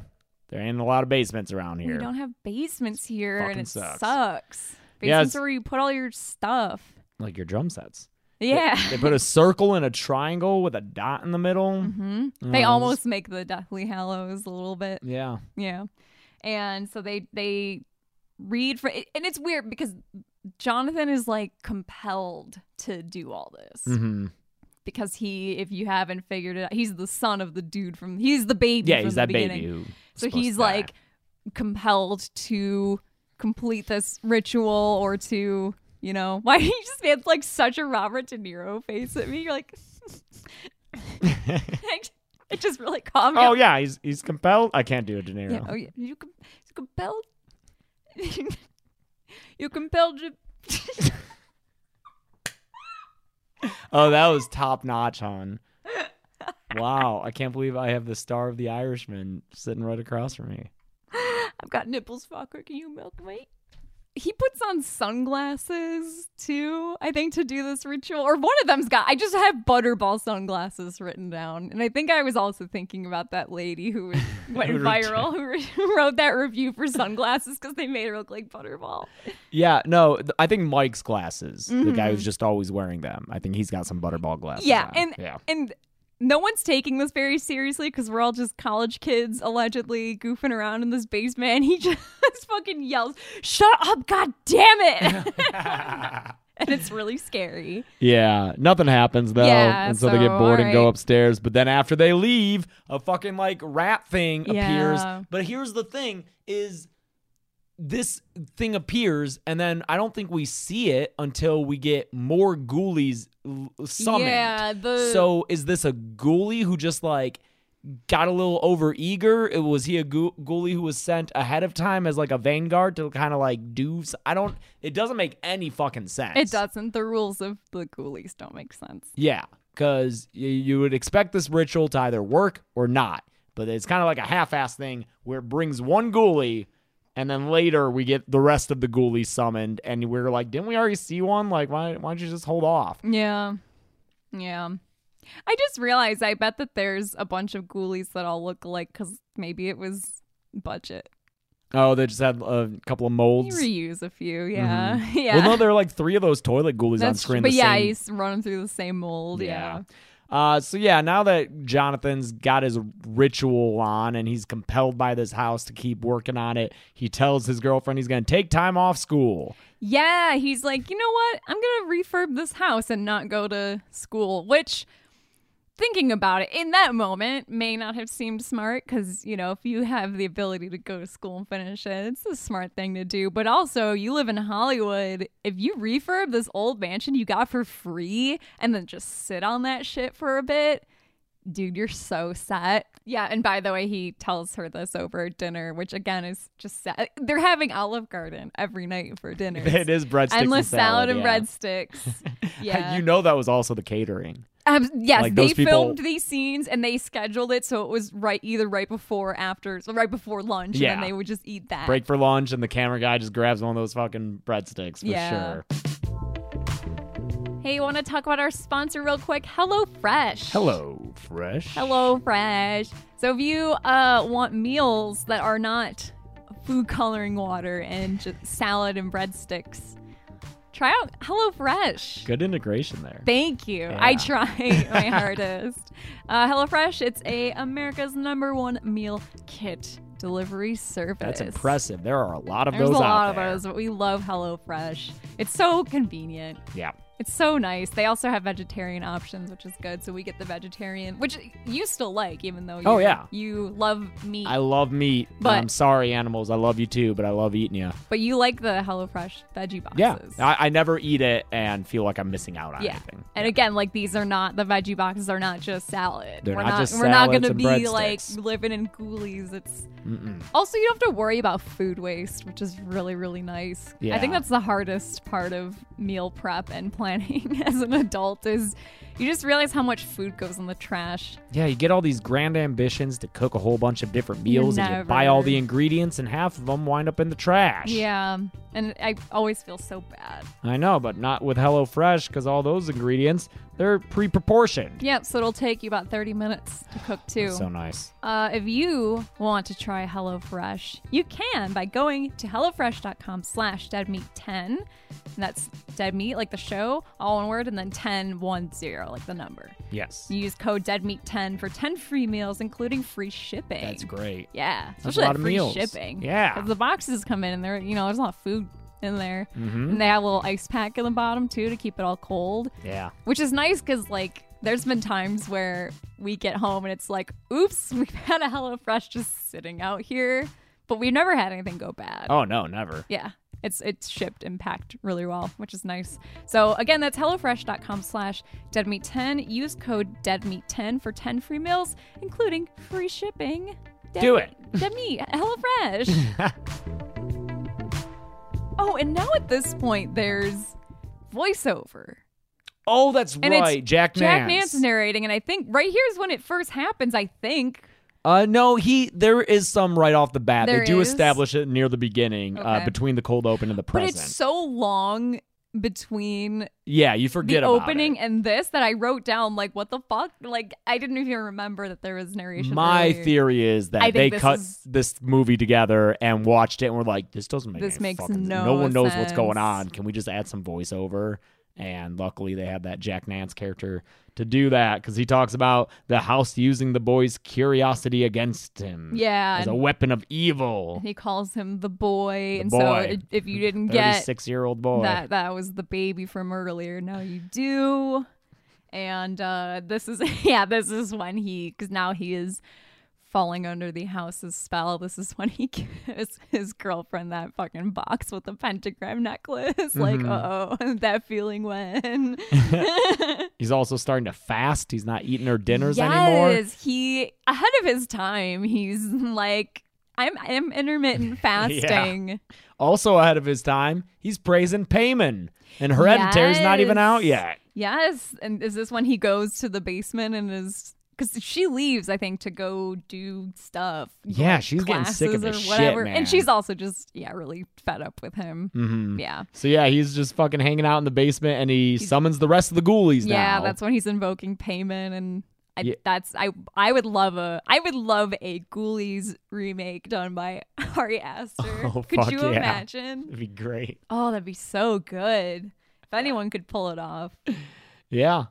Speaker 4: there ain't a lot of basements around
Speaker 5: We
Speaker 4: here.
Speaker 5: don't have basements here
Speaker 4: Fucking
Speaker 5: and it
Speaker 4: sucks.
Speaker 5: sucks.
Speaker 4: Yeah,
Speaker 5: Basements
Speaker 4: it's-
Speaker 5: are where you put all your stuff.
Speaker 4: Like your drum sets.
Speaker 5: Yeah.
Speaker 4: They put a circle and a triangle with a dot in the middle.
Speaker 5: hmm
Speaker 4: Oh,
Speaker 5: They
Speaker 4: this-
Speaker 5: almost make the Deathly Hallows a little bit.
Speaker 4: Yeah.
Speaker 5: Yeah. And so they they read for and it's weird because Jonathan is like compelled to do all this
Speaker 4: hmm
Speaker 5: because he if you haven't figured it out he's the son of the dude from he's the baby
Speaker 4: Yeah,
Speaker 5: from
Speaker 4: he's
Speaker 5: the
Speaker 4: that
Speaker 5: beginning.
Speaker 4: baby. Who
Speaker 5: So he's like compelled to complete this ritual or to, you know, why he just made like such a Robert De Niro face at me. You're like, it just really calmed me.
Speaker 4: Oh
Speaker 5: up.
Speaker 4: yeah, he's he's compelled. I can't do a De Niro.
Speaker 5: Yeah, oh yeah, you com- you compelled. you compelled. to-
Speaker 4: Oh, that was top notch, hon. Wow, I can't believe I have the star of the Irishman sitting right across from me.
Speaker 5: I've got nipples, fucker. Can you milk me? He puts on sunglasses too, I think, to do this ritual. Or one of them's got. I just have butterball sunglasses written down, and I think I was also thinking about that lady who was- went
Speaker 4: Who wrote
Speaker 5: viral, who, re- who wrote that review for sunglasses because they made her look like butterball.
Speaker 4: Yeah, no, th- I think Mike's glasses, the guy who's just always wearing them. I think he's got some butterball glasses.
Speaker 5: Mm-hmm. Yeah,
Speaker 4: on.
Speaker 5: and
Speaker 4: yeah.
Speaker 5: and no one's taking this very seriously because we're all just college kids allegedly goofing around in this basement. And he just fucking yells, "Shut up, god damn it!" and it's really scary.
Speaker 4: Yeah, nothing happens though,
Speaker 5: Yeah,
Speaker 4: and so, they get
Speaker 5: so,
Speaker 4: bored and go
Speaker 5: alright.
Speaker 4: upstairs. But then after they leave, a fucking like rat thing
Speaker 5: Yeah.
Speaker 4: appears. But here's the thing: is this thing appears, and then I don't think we see it until we get more ghoulies l- summoned.
Speaker 5: Yeah, the-
Speaker 4: So is this a ghoulie who just like got a little over eager? It- Was he a ghou- ghoulie who was sent ahead of time as like a vanguard to kind of like do? s- I don't. It doesn't make any fucking sense.
Speaker 5: It doesn't. The rules of the ghoulies don't make sense.
Speaker 4: Yeah, because you would expect this ritual to either work or not, but it's kind of like a half-ass thing where it brings one ghoulie, and then later we get the rest of the ghoulies summoned, and we're like, didn't we already see one? Like, why why don't you just hold off?
Speaker 5: Yeah. Yeah. I just realized I bet that there's a bunch of ghoulies that all look alike because maybe it was budget.
Speaker 4: Oh, they just had a couple of molds. Mm-hmm.
Speaker 5: You reuse a few, yeah. Yeah.
Speaker 4: Well, no, there are like three of those toilet ghoulies on
Speaker 5: That's true.
Speaker 4: screen.
Speaker 5: But
Speaker 4: the
Speaker 5: yeah,
Speaker 4: same
Speaker 5: you s- run them through the same mold. Yeah.
Speaker 4: Uh, so yeah, now that Jonathan's got his ritual on and he's compelled by this house to keep working on it, he tells his girlfriend he's going to take time off school.
Speaker 5: Yeah, he's like, you know what? I'm going to refurb this house and not go to school, which, thinking about it in that moment, may not have seemed smart because, you know, if you have the ability to go to school and finish it, it's a smart thing to do. But also, you live in Hollywood. If you refurb this old mansion you got for free and then just sit on that shit for a bit, dude, you're so set. Yeah, and by the way, he tells her this over dinner, which again is just sad. They're having Olive Garden every night for dinner.
Speaker 4: It is breadsticks and
Speaker 5: Endless salad, and
Speaker 4: yeah.
Speaker 5: breadsticks. Yeah.
Speaker 4: You know that was also the catering.
Speaker 5: Um, yes,
Speaker 4: Like,
Speaker 5: they
Speaker 4: those people-
Speaker 5: filmed these scenes and they scheduled it so it was right either right before or after, so right before lunch, and
Speaker 4: Yeah.
Speaker 5: then they would just eat that.
Speaker 4: Break for lunch, and the camera guy just grabs one of those fucking breadsticks for
Speaker 5: Yeah.
Speaker 4: sure.
Speaker 5: Hey, want to talk about our sponsor real quick? HelloFresh.
Speaker 4: Hello, fresh.
Speaker 5: Hello Fresh. So if you uh, want meals that are not food coloring water and just salad and breadsticks, try out Hello Fresh.
Speaker 4: Good integration there.
Speaker 5: Thank you. I
Speaker 4: Yeah.
Speaker 5: try my hardest. Uh, HelloFresh, it's a America's number one meal kit delivery service.
Speaker 4: That's impressive. There are a lot of
Speaker 5: There's
Speaker 4: those
Speaker 5: a
Speaker 4: out
Speaker 5: lot of
Speaker 4: there.
Speaker 5: those, but we love HelloFresh. It's so convenient.
Speaker 4: Yeah.
Speaker 5: It's so nice. They also have vegetarian options, which is good. So we get the vegetarian, which you still like, even though you,
Speaker 4: Oh, yeah.
Speaker 5: you love meat,
Speaker 4: I love meat.
Speaker 5: But-
Speaker 4: I'm sorry, animals. I love you too, but I love eating you.
Speaker 5: but you like the HelloFresh veggie boxes.
Speaker 4: Yeah. I, I never eat it and feel like I'm missing out on
Speaker 5: Yeah.
Speaker 4: anything.
Speaker 5: And again, like these are not the veggie boxes are not just salad.
Speaker 4: They're
Speaker 5: we're
Speaker 4: not
Speaker 5: not,
Speaker 4: just
Speaker 5: we're not
Speaker 4: salads
Speaker 5: gonna
Speaker 4: and
Speaker 5: be like
Speaker 4: breadsticks.
Speaker 5: living in ghoulies. It's also you don't have to worry about food waste, which is really, really nice. I think
Speaker 4: Yeah.
Speaker 5: that's the hardest part of meal prep and planning as an adult is you just realize how much food goes in the trash.
Speaker 4: Yeah, you get all these grand ambitions to cook a whole bunch of different meals and you
Speaker 5: never-
Speaker 4: buy all the ingredients and half of them wind up in the trash.
Speaker 5: Yeah. And I always feel so bad.
Speaker 4: I know, but not with HelloFresh because all those ingredients, they're pre proportioned.
Speaker 5: Yep, so it'll take you about 30 minutes to cook too.
Speaker 4: So nice.
Speaker 5: Uh, if you want to try HelloFresh, you can by going to HelloFresh.com slash deadmeat10. And that's dead meat, like the show, all one word, and then 1010, like the number.
Speaker 4: Yes.
Speaker 5: You use code deadmeat10 for 10 free meals, including free shipping.
Speaker 4: That's great.
Speaker 5: Yeah.
Speaker 4: That's
Speaker 5: Especially
Speaker 4: a lot
Speaker 5: that
Speaker 4: of
Speaker 5: free
Speaker 4: meals.
Speaker 5: shipping.
Speaker 4: Yeah.
Speaker 5: 'Cause the boxes come in and there, you know, there's a lot of food in there.
Speaker 4: Mm-hmm.
Speaker 5: And they have a little ice pack in the bottom too to keep it all cold
Speaker 4: Yeah.
Speaker 5: which is nice because like there's been times where we get home and it's like oops we've had a HelloFresh just sitting out here but we've never had anything go bad
Speaker 4: Oh, no, never.
Speaker 5: yeah it's it's shipped and packed really well which is nice so again that's hellofresh.com slash deadmeat10 use code deadmeat10 for 10 free meals including free shipping Dead
Speaker 4: Do
Speaker 5: meat-
Speaker 4: it.
Speaker 5: dead meat HelloFresh oh and now at this point there's voiceover
Speaker 4: Oh, that's
Speaker 5: and
Speaker 4: right.
Speaker 5: it's
Speaker 4: Jack Nance.
Speaker 5: Jack Nance narrating, and I think right here is when it first happens. I think
Speaker 4: Uh, no, he. There is some right off the bat.
Speaker 5: There
Speaker 4: they do
Speaker 5: is?
Speaker 4: establish it near the beginning, uh,
Speaker 5: Okay.
Speaker 4: between the cold open and the
Speaker 5: but
Speaker 4: present.
Speaker 5: it's so long between
Speaker 4: yeah, you forget
Speaker 5: the
Speaker 4: about
Speaker 5: opening
Speaker 4: it.
Speaker 5: and this that I wrote down like what the fuck? Like I didn't even remember that there was narration.
Speaker 4: My
Speaker 5: earlier.
Speaker 4: theory is
Speaker 5: I
Speaker 4: that
Speaker 5: think
Speaker 4: they
Speaker 5: this
Speaker 4: cut
Speaker 5: is-
Speaker 4: this movie together and watched it, and we're like, "This doesn't make
Speaker 5: This
Speaker 4: any
Speaker 5: makes
Speaker 4: fucking-
Speaker 5: no
Speaker 4: one knows what's going
Speaker 5: sense.
Speaker 4: on. Can we just add some voiceover?" And luckily, they had that Jack Nance character to do that because he talks about the house using the boy's curiosity against him,
Speaker 5: Yeah,
Speaker 4: as a
Speaker 5: and-
Speaker 4: weapon of evil.
Speaker 5: And he calls him the boy, and so
Speaker 4: boy.
Speaker 5: it, if you didn't get
Speaker 4: Thirty-six-year-old boy.
Speaker 5: that, that was the baby from earlier. Now you do, and uh, this is yeah, this is when he because now he is falling under the house's spell. This is when he gives his girlfriend that fucking box with the pentagram necklace. Like,
Speaker 4: Mm-hmm.
Speaker 5: uh oh, that feeling when.
Speaker 4: He's also starting to fast. He's not eating her dinners
Speaker 5: yes,
Speaker 4: anymore.
Speaker 5: he ahead of his time. He's like, I'm I'm intermittent fasting.
Speaker 4: Also ahead of his time, he's praising Payman. And Hereditary's not even
Speaker 5: Yes.
Speaker 4: out yet.
Speaker 5: Yes, and is this when he goes to the basement and is because she leaves, I think, to go do stuff.
Speaker 4: Yeah, she's getting sick of
Speaker 5: classes
Speaker 4: his
Speaker 5: or
Speaker 4: shit,
Speaker 5: whatever,
Speaker 4: man.
Speaker 5: and she's also just yeah, really fed up with him.
Speaker 4: Mhm.
Speaker 5: Yeah,
Speaker 4: So yeah, he's just fucking hanging out in the basement, and he summons the rest of the ghoulies
Speaker 5: yeah,
Speaker 4: now.
Speaker 5: that's when he's invoking payment and. I,
Speaker 4: Ye-
Speaker 5: That's I. I would love a. I would love a Ghoulies remake done by Ari Aster.
Speaker 4: Oh,
Speaker 5: could
Speaker 4: fuck
Speaker 5: you
Speaker 4: yeah.
Speaker 5: imagine?
Speaker 4: It'd be great.
Speaker 5: Oh, that'd be so good. If anyone could pull it off,
Speaker 4: Yeah,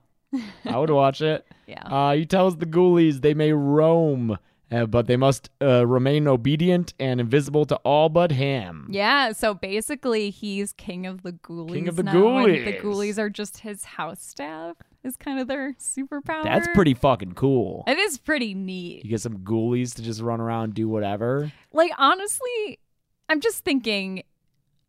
Speaker 4: I would watch it.
Speaker 5: yeah.
Speaker 4: Uh, he tells the ghoulies they may roam, uh, but they must uh, remain obedient and invisible to all but him.
Speaker 5: Yeah, so basically he's king of the ghoulies.
Speaker 4: of the
Speaker 5: now, and the
Speaker 4: ghoulies.
Speaker 5: ghoulies are just his house staff. Is kind of their superpower.
Speaker 4: That's pretty fucking cool.
Speaker 5: It is pretty
Speaker 4: You
Speaker 5: neat.
Speaker 4: get some ghoulies to just run around and do whatever.
Speaker 5: Like honestly, I'm just thinking.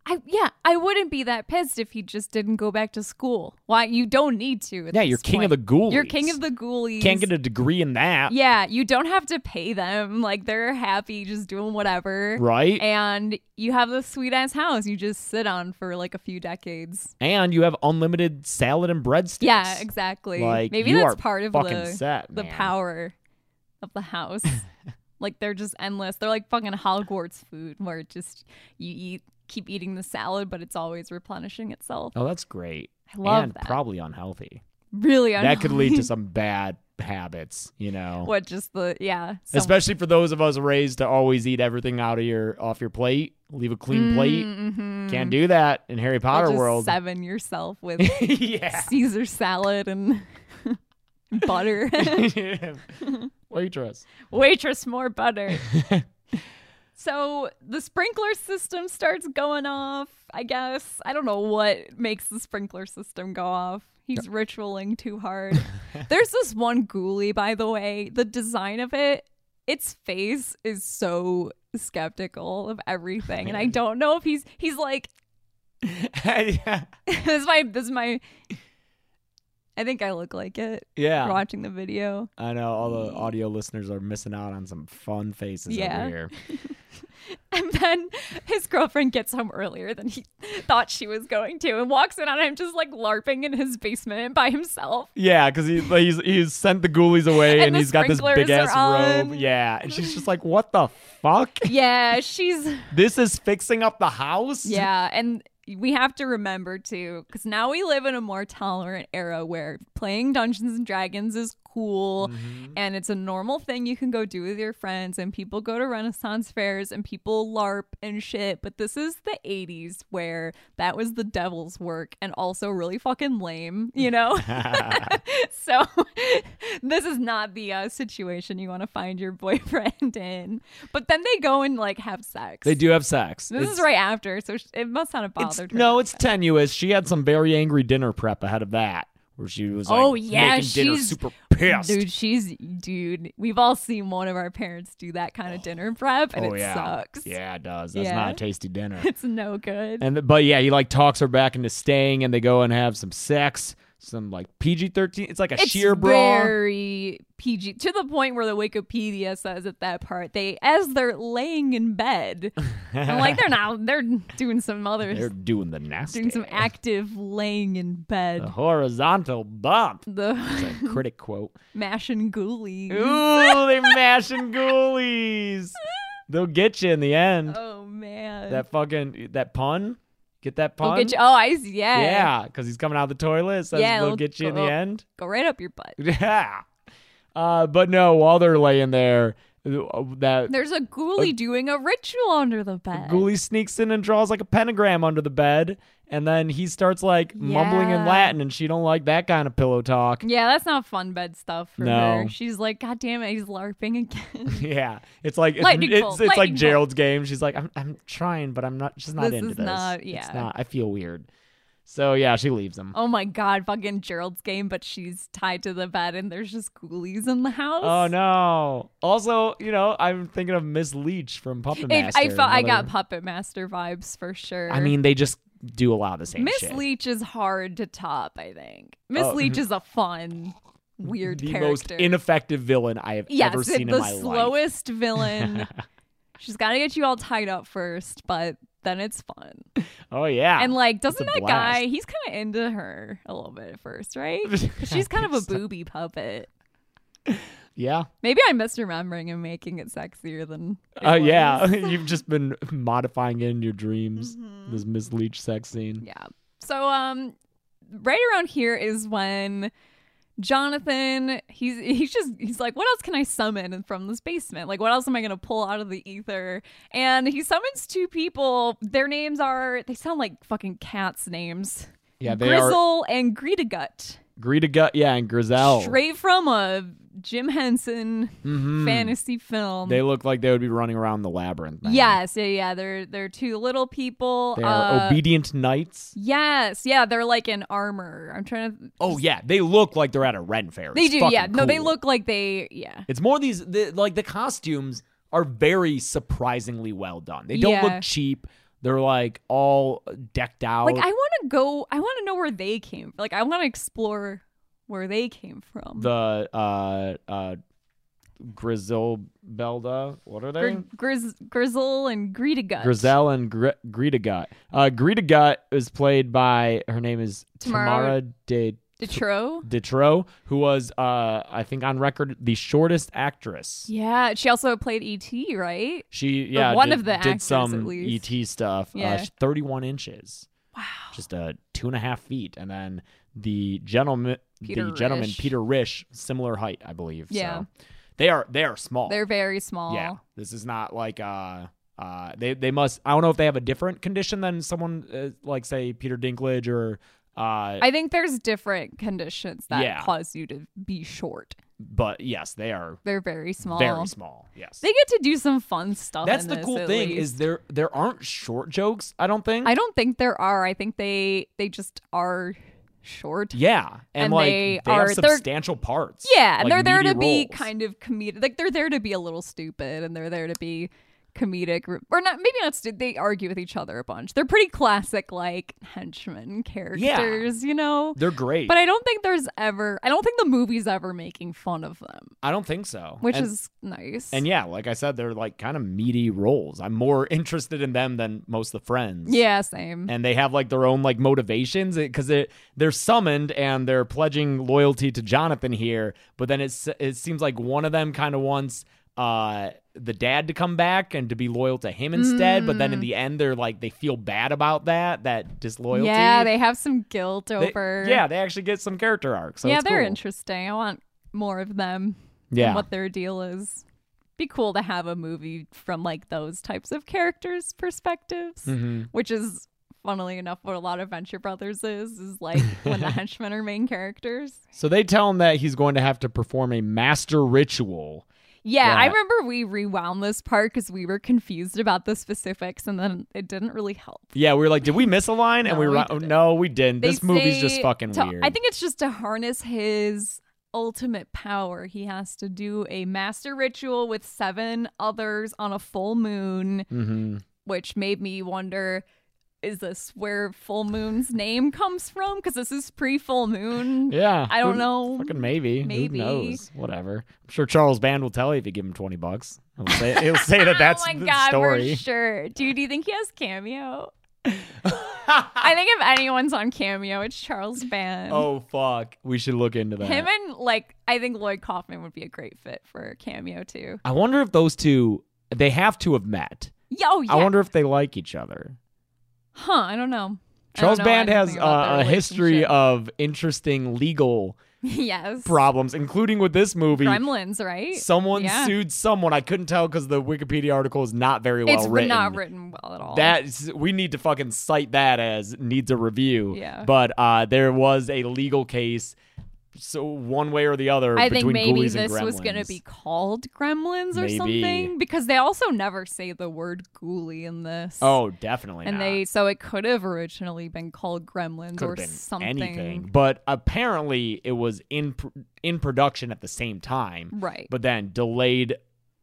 Speaker 5: I yeah, I wouldn't be that pissed if he just didn't go back to school. Why you don't need to? at
Speaker 4: Yeah, you're
Speaker 5: this
Speaker 4: king of
Speaker 5: point.
Speaker 4: the
Speaker 5: You're
Speaker 4: ghoulies.
Speaker 5: king of the ghoulies.
Speaker 4: Can't get a degree in that,
Speaker 5: Yeah, you don't have to pay them. Like they're happy just doing whatever.
Speaker 4: right?
Speaker 5: And you have this sweet ass house you just sit on for like a few decades.
Speaker 4: And you have unlimited salad and breadsticks.
Speaker 5: Yeah, exactly.
Speaker 4: Like,
Speaker 5: Maybe
Speaker 4: you
Speaker 5: that's
Speaker 4: are
Speaker 5: part of
Speaker 4: fucking
Speaker 5: the
Speaker 4: set,
Speaker 5: the
Speaker 4: man.
Speaker 5: power of the house. like they're just endless. They're like fucking Hogwarts food, where it just you eat, keep eating the salad, but it's always replenishing itself.
Speaker 4: Oh, that's great.
Speaker 5: I love
Speaker 4: and
Speaker 5: that.
Speaker 4: probably unhealthy.
Speaker 5: really,
Speaker 4: that could lead to
Speaker 5: unhealthy.
Speaker 4: some bad habits, you know.
Speaker 5: what just the yeah, some-
Speaker 4: Especially for those of us raised to always eat everything out of your off your plate, leave a clean plate.
Speaker 5: Mhm.
Speaker 4: Can't do that in Harry
Speaker 5: You'll
Speaker 4: Potter
Speaker 5: just
Speaker 4: world.
Speaker 5: Seven yourself with
Speaker 4: yeah.
Speaker 5: Caesar salad and butter.
Speaker 4: Waitress.
Speaker 5: Waitress, more butter. so the sprinkler system starts going off, I guess. I don't know what makes the sprinkler system go off. He's ritualing too hard. There's this one ghoulie, by the way. The design of it, its face is so skeptical of everything. And I don't know if he's he's like,
Speaker 4: yeah.
Speaker 5: this is my this is my I think I look like it
Speaker 4: Ah.
Speaker 5: watching the video.
Speaker 4: I know all the audio listeners are missing out on some fun faces
Speaker 5: Mm. Yeah.
Speaker 4: over here.
Speaker 5: And then his girlfriend gets home earlier than he thought she was going to and walks in on him just like LARPing in his basement by himself.
Speaker 4: Yeah, because he, he's he's sent the ghoulies away
Speaker 5: And
Speaker 4: and,
Speaker 5: the
Speaker 4: he's got this
Speaker 5: sprinklers
Speaker 4: big ass
Speaker 5: are
Speaker 4: robe.
Speaker 5: on.
Speaker 4: Yeah, and she's just like, "What the fuck?
Speaker 5: Yeah, she's.
Speaker 4: this is fixing up the house."
Speaker 5: Yeah, and we have to remember too, because now we live in a more tolerant era where playing Dungeons and Dragons is cool and it's a normal thing you can go do with your friends, and people go to Renaissance fairs and people LARP and shit. But this is the 80s where that was the devil's work and also really fucking lame, you know? so this is not the uh, situation you want to find your boyfriend in. But then they go and like have sex.
Speaker 4: They do have sex.
Speaker 5: This
Speaker 4: It's-
Speaker 5: is right after, so sh- it must not have
Speaker 4: it's-
Speaker 5: bothered her.
Speaker 4: no, it's tenuous. She had some very angry dinner prep ahead of that, where she was like,
Speaker 5: Oh, yeah,
Speaker 4: making dinner
Speaker 5: she's-
Speaker 4: super pissed.
Speaker 5: Dude, she's dude. We've all seen one of our parents do that kind of dinner prep, and
Speaker 4: oh
Speaker 5: it
Speaker 4: yeah,
Speaker 5: sucks.
Speaker 4: yeah, it does. That's
Speaker 5: Yeah.
Speaker 4: not a tasty dinner.
Speaker 5: It's no good.
Speaker 4: and th- but yeah, he like talks her back into staying, and they go and have some sex, some like PG thirteen. It's like a
Speaker 5: it's
Speaker 4: sheer bra.
Speaker 5: very PG to the point where the Wikipedia says at that part they as they're laying in bed, I'm like they're not they're doing some other
Speaker 4: They're doing the nasty,
Speaker 5: doing some active laying in bed.
Speaker 4: the horizontal bump.
Speaker 5: The
Speaker 4: Critic quote.
Speaker 5: mashing ghoulies.
Speaker 4: Ooh, they're mashing ghoulies. They'll get you in the end.
Speaker 5: Oh man.
Speaker 4: That fucking that pun. Get that pun.
Speaker 5: They'll get you- oh, I see. Yeah.
Speaker 4: Yeah, because he's coming out of the toilet. Says
Speaker 5: Yeah,
Speaker 4: they'll
Speaker 5: it'll
Speaker 4: get you in
Speaker 5: go-
Speaker 4: the end.
Speaker 5: Go right up your butt.
Speaker 4: Yeah. Uh, but no, while they're laying there, th- that
Speaker 5: There's a ghoulie doing a ritual under the bed.
Speaker 4: ghoulie sneaks in and draws like a pentagram under the bed, and then he starts like mumbling in
Speaker 5: Yeah.
Speaker 4: Latin, and she don't like that kind of pillow talk.
Speaker 5: Yeah, that's not fun bed stuff for
Speaker 4: No.
Speaker 5: her. She's like, God damn it, he's LARPing again.
Speaker 4: Yeah, it's like it's,
Speaker 5: Lightning
Speaker 4: it's,
Speaker 5: bolt,
Speaker 4: it's like
Speaker 5: lightning bolt.
Speaker 4: Gerald's game. She's like, I'm I'm trying, but I'm not. She's not
Speaker 5: This
Speaker 4: into
Speaker 5: is
Speaker 4: this.
Speaker 5: not-
Speaker 4: It's
Speaker 5: yeah.
Speaker 4: not. I feel weird. So yeah, she leaves him.
Speaker 5: Oh my god, fucking Gerald's game, but she's tied to the bed and there's just ghoulies in the house.
Speaker 4: Oh no! Also, you know, I'm thinking of Miss Leach from Puppet
Speaker 5: It,
Speaker 4: Master.
Speaker 5: I felt I got
Speaker 4: another-
Speaker 5: Puppet Master vibes for sure.
Speaker 4: I mean, they just do a lot of the same
Speaker 5: Miss
Speaker 4: shit.
Speaker 5: Leach is hard to top, I think. Miss
Speaker 4: Oh.
Speaker 5: Leach is a fun, weird
Speaker 4: the most
Speaker 5: character.
Speaker 4: ineffective villain I have
Speaker 5: yes,
Speaker 4: ever seen
Speaker 5: the
Speaker 4: in my life.
Speaker 5: slowest villain. She's got to get you all tied up first, but then it's fun.
Speaker 4: Oh yeah,
Speaker 5: And like, doesn't
Speaker 4: a
Speaker 5: that
Speaker 4: blast.
Speaker 5: guy? He's kind of into her a little bit at first, right? 'Cause She's kind of a booby puppet.
Speaker 4: yeah,
Speaker 5: Maybe I'm misremembering and making it sexier than. it
Speaker 4: oh yeah.
Speaker 5: was.
Speaker 4: You've just been modifying it in your dreams. This Miss Leach sex scene.
Speaker 5: Mm-hmm. Yeah. So um, right around here is when Jonathan he's he's just he's like, what else can I summon from this basement? Like, what else am I gonna pull out of the ether? And he summons two people. Their names are they sound like fucking cats' names.
Speaker 4: Yeah, they are
Speaker 5: Grizzle and Greta Gut.
Speaker 4: Greta Gut. Yeah, and Grizel.
Speaker 5: Straight from a Jim Henson
Speaker 4: Mhm.
Speaker 5: fantasy film.
Speaker 4: They look like they would be running around the labyrinth. man.
Speaker 5: yes, yeah, yeah. They're they're two little people.
Speaker 4: they are
Speaker 5: uh,
Speaker 4: obedient knights.
Speaker 5: Yes, yeah. They're like in armor. I'm trying to
Speaker 4: Oh yeah, they look like they're at a Ren fair.
Speaker 5: They
Speaker 4: It's
Speaker 5: do,
Speaker 4: fucking
Speaker 5: yeah. No, they
Speaker 4: cool.
Speaker 5: look like they, yeah.
Speaker 4: It's more these the, like the costumes are very surprisingly well done. They don't
Speaker 5: Yeah.
Speaker 4: look cheap. They're like all decked out.
Speaker 5: Like I want to go. I want to know where they came. Like I want to explore where they came from.
Speaker 4: the uh uh Griselbelda, what are they?
Speaker 5: Gri- Grizz, Grizzle and Greta Gut.
Speaker 4: Grizel and Gre- Greta Gut. Uh, Greta Gut is played by her name is
Speaker 5: Tamara-
Speaker 4: Tamara de
Speaker 5: Detro.
Speaker 4: Ditro, who was uh I think on record the shortest actress.
Speaker 5: Yeah, she also played E.T. Right?
Speaker 4: She yeah,
Speaker 5: one
Speaker 4: did,
Speaker 5: of the
Speaker 4: did
Speaker 5: actors,
Speaker 4: some
Speaker 5: at least.
Speaker 4: ET stuff.
Speaker 5: Yeah.
Speaker 4: Uh, she's 31 inches. Wow, just uh, two and a half feet, and then the gentleman,
Speaker 5: Peter
Speaker 4: the gentleman
Speaker 5: Risch.
Speaker 4: Peter Rish, similar height, I believe.
Speaker 5: Yeah.
Speaker 4: so. they are they are small.
Speaker 5: They're very small.
Speaker 4: yeah. This is not like uh. Uh, they they must. I don't know if they have a different condition than someone uh, like say Peter Dinklage or uh.
Speaker 5: I think there's different conditions that
Speaker 4: Yeah.
Speaker 5: cause you to be short.
Speaker 4: but yes, they are
Speaker 5: They're very small.
Speaker 4: very small. Yes,
Speaker 5: They get to do some fun stuff.
Speaker 4: that's
Speaker 5: in
Speaker 4: the
Speaker 5: this,
Speaker 4: cool
Speaker 5: at
Speaker 4: thing
Speaker 5: least.
Speaker 4: is there there aren't short jokes. I don't think.
Speaker 5: I don't think there are. I think they they just are short.
Speaker 4: Yeah, and,
Speaker 5: And
Speaker 4: like
Speaker 5: they
Speaker 4: they,
Speaker 5: are-
Speaker 4: are
Speaker 5: they're-
Speaker 4: substantial parts.
Speaker 5: Yeah, and
Speaker 4: like,
Speaker 5: they're
Speaker 4: meaty
Speaker 5: there to be
Speaker 4: roles.
Speaker 5: kind of comedic. Like they're there to be a little stupid, and they're there to be comedic, re- or not. Maybe not. Stu- they argue with each other a bunch. They're pretty classic, like henchmen characters, you know.
Speaker 4: They're great,
Speaker 5: But I don't think there's ever. I don't think the movie's ever making fun of them,
Speaker 4: I don't think so.
Speaker 5: which
Speaker 4: and,
Speaker 5: is nice.
Speaker 4: and yeah, like I said, they're like kind of meaty roles. I'm more interested in them than most of the friends.
Speaker 5: yeah, same.
Speaker 4: and they have like their own like motivations because it, they're summoned and they're pledging loyalty to Jonathan here. But then it's it seems like one of them kind of wants uh the dad to come back and to be loyal to him instead. But
Speaker 5: Mm.
Speaker 4: then in the end, they're like they feel bad about that that disloyalty.
Speaker 5: yeah, they have some guilt
Speaker 4: They-
Speaker 5: over.
Speaker 4: yeah, they actually get some character arcs. So
Speaker 5: yeah,
Speaker 4: it's
Speaker 5: they're
Speaker 4: cool.
Speaker 5: interesting. I want more of them.
Speaker 4: Yeah,
Speaker 5: and what their deal is. Be cool to have a movie from like those types of characters' perspectives,
Speaker 4: Hmm. Mm-hmm.
Speaker 5: which is funnily enough what a lot of Venture Brothers is is like when the henchmen are main characters.
Speaker 4: So they tell him that he's going to have to perform a master ritual.
Speaker 5: Yeah, I
Speaker 4: Yeah.
Speaker 5: remember we rewound this part because we were confused about the specifics, and then it didn't really help.
Speaker 4: Yeah, we were like, did we miss a line? and
Speaker 5: No,
Speaker 4: we were
Speaker 5: we
Speaker 4: like, oh,
Speaker 5: didn't.
Speaker 4: no, we didn't.
Speaker 5: They
Speaker 4: this movie's just
Speaker 5: say
Speaker 4: fucking
Speaker 5: to-
Speaker 4: weird.
Speaker 5: I think it's just to harness his ultimate power. He has to do a master ritual with seven others on a full moon.
Speaker 4: hmm
Speaker 5: which made me wonder is this where full moon's name comes from because this is pre-full moon
Speaker 4: Yeah,
Speaker 5: i don't
Speaker 4: who-
Speaker 5: know
Speaker 4: Fucking maybe.
Speaker 5: Maybe.
Speaker 4: Who knows? Whatever. I'm sure Charles Band will tell you if you give him twenty bucks. He'll say, he'll say that that's
Speaker 5: oh my
Speaker 4: the
Speaker 5: god
Speaker 4: story.
Speaker 5: for sure dude do you think he has cameo i think if anyone's on cameo it's charles band
Speaker 4: Oh fuck, we should look into that.
Speaker 5: him and like i think lloyd kaufman would be a great fit for cameo too
Speaker 4: I wonder if those two they have to have met.
Speaker 5: yeah, oh, yeah.
Speaker 4: I wonder if they like each other.
Speaker 5: huh i don't know I don't
Speaker 4: Charles
Speaker 5: know
Speaker 4: Band has
Speaker 5: anything about
Speaker 4: uh,
Speaker 5: their
Speaker 4: a history
Speaker 5: relationship.
Speaker 4: of interesting legal
Speaker 5: yes
Speaker 4: problems, including with this movie.
Speaker 5: gremlins right
Speaker 4: Someone
Speaker 5: Yeah.
Speaker 4: sued someone. I couldn't tell because the Wikipedia article is not very well
Speaker 5: it's
Speaker 4: written.
Speaker 5: not written well at all
Speaker 4: That's we need to fucking cite that as needs a review.
Speaker 5: Yeah.
Speaker 4: But uh, there was a legal case so one way or the other
Speaker 5: I think
Speaker 4: between
Speaker 5: maybe
Speaker 4: Ghoulies and
Speaker 5: this was going to
Speaker 4: Gremlins.
Speaker 5: be called Gremlins or
Speaker 4: Maybe.
Speaker 5: something because they also never say the word ghoulie in this.
Speaker 4: Oh, definitely.
Speaker 5: and
Speaker 4: not.
Speaker 5: they so it could have originally been called Gremlins
Speaker 4: could
Speaker 5: or
Speaker 4: have been
Speaker 5: something.
Speaker 4: anything, but apparently it was in pr- in production at the same time,
Speaker 5: Right.
Speaker 4: But then delayed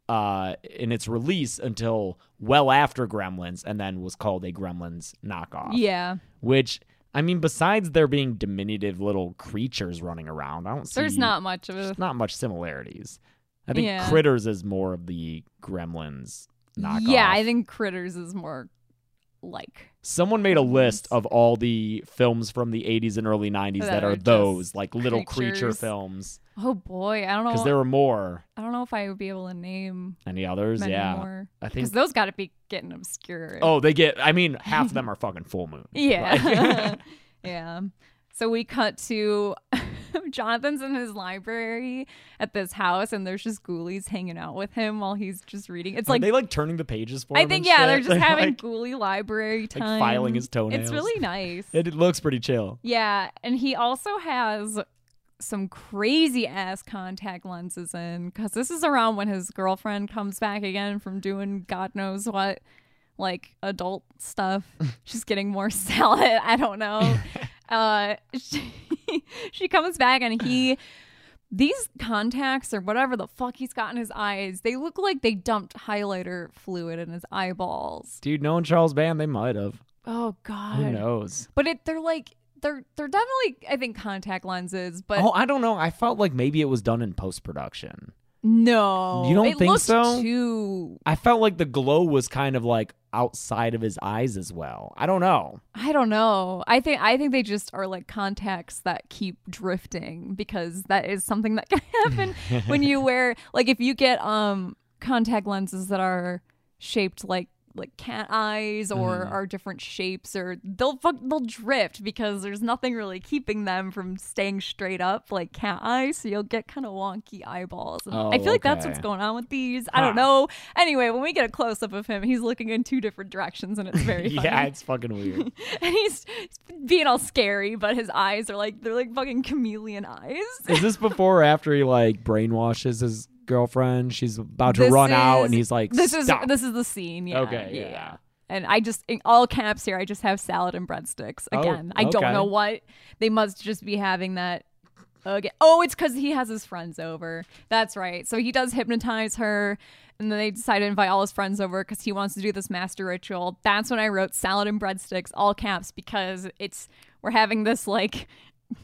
Speaker 4: uh, in its release until well after Gremlins, and then was called a Gremlins knockoff.
Speaker 5: yeah,
Speaker 4: which I mean, besides there being diminutive little creatures running around, I don't see
Speaker 5: there's not much of a
Speaker 4: there's not much similarities. I think
Speaker 5: Yeah.
Speaker 4: Critters is more of the Gremlins knockoff.
Speaker 5: Yeah, I think Critters is more like
Speaker 4: Someone made a list of all the films from the 80s and early 90s that,
Speaker 5: That
Speaker 4: are
Speaker 5: are just
Speaker 4: those, like little creature
Speaker 5: creatures.
Speaker 4: films.
Speaker 5: oh boy, I don't
Speaker 4: Because
Speaker 5: know.
Speaker 4: there were more.
Speaker 5: I don't know if I would be able to name
Speaker 4: Any others?
Speaker 5: many
Speaker 4: yeah.
Speaker 5: more
Speaker 4: I
Speaker 5: because
Speaker 4: think.
Speaker 5: those got to be getting obscure.
Speaker 4: Oh, they get. I mean, half of them are fucking full moon.
Speaker 5: Yeah. yeah. So we cut to Jonathan's in his library at this house, and there's just ghoulies hanging out with him while he's just reading. It's
Speaker 4: Like,
Speaker 5: like,
Speaker 4: they like turning the pages for
Speaker 5: I
Speaker 4: him and
Speaker 5: think, yeah, they're
Speaker 4: shit.
Speaker 5: just having
Speaker 4: like-
Speaker 5: ghoulie library time.
Speaker 4: like filing his toenails.
Speaker 5: It's really nice.
Speaker 4: it, it looks pretty chill.
Speaker 5: yeah. And he also has some crazy ass contact lenses in because this is around when his girlfriend comes back again from doing God knows what. Like adult stuff, she's getting more salad. I don't know. uh she, she comes back and he these contacts or whatever the fuck he's got in his eyes they look like they dumped highlighter fluid in his eyeballs
Speaker 4: Dude, knowing Charles Band, they might have.
Speaker 5: oh god
Speaker 4: Who knows?
Speaker 5: but it they're like they're they're definitely i think contact lenses but
Speaker 4: oh, I don't know. I felt like maybe it was done in post production.
Speaker 5: no
Speaker 4: You don't
Speaker 5: it
Speaker 4: think
Speaker 5: looks
Speaker 4: so?
Speaker 5: too
Speaker 4: I felt like the glow was kind of like outside of his eyes as well. I don't know.
Speaker 5: i don't know i think i think they just are like contacts that keep drifting because that is something that can happen when you wear like if you get um contact lenses that are shaped like like cat eyes or
Speaker 4: Mm-hmm.
Speaker 5: are different shapes or they'll fuck they'll drift because there's nothing really keeping them from staying straight up like cat eyes so you'll get kind of wonky eyeballs and
Speaker 4: Oh,
Speaker 5: i feel like that's what's
Speaker 4: okay.
Speaker 5: going on with these i
Speaker 4: Huh.
Speaker 5: don't know anyway when we get a close-up of him he's looking in two different directions and it's very funny
Speaker 4: Yeah, it's fucking weird.
Speaker 5: and he's being all scary but his eyes are like they're like fucking chameleon eyes
Speaker 4: is this before or after he like brainwashes his girlfriend? She's about to
Speaker 5: This
Speaker 4: run out, and
Speaker 5: is-
Speaker 4: he's like,
Speaker 5: this
Speaker 4: Stop.
Speaker 5: is this is the scene yeah
Speaker 4: Okay, yeah.
Speaker 5: and i just in all caps here i just have salad and breadsticks
Speaker 4: Oh,
Speaker 5: again i don't
Speaker 4: okay.
Speaker 5: know what they must just be having that again oh it's because he has his friends over that's right so he does hypnotize her and then they decide to invite all his friends over because he wants to do this master ritual that's when i wrote salad and breadsticks all caps because it's we're having this like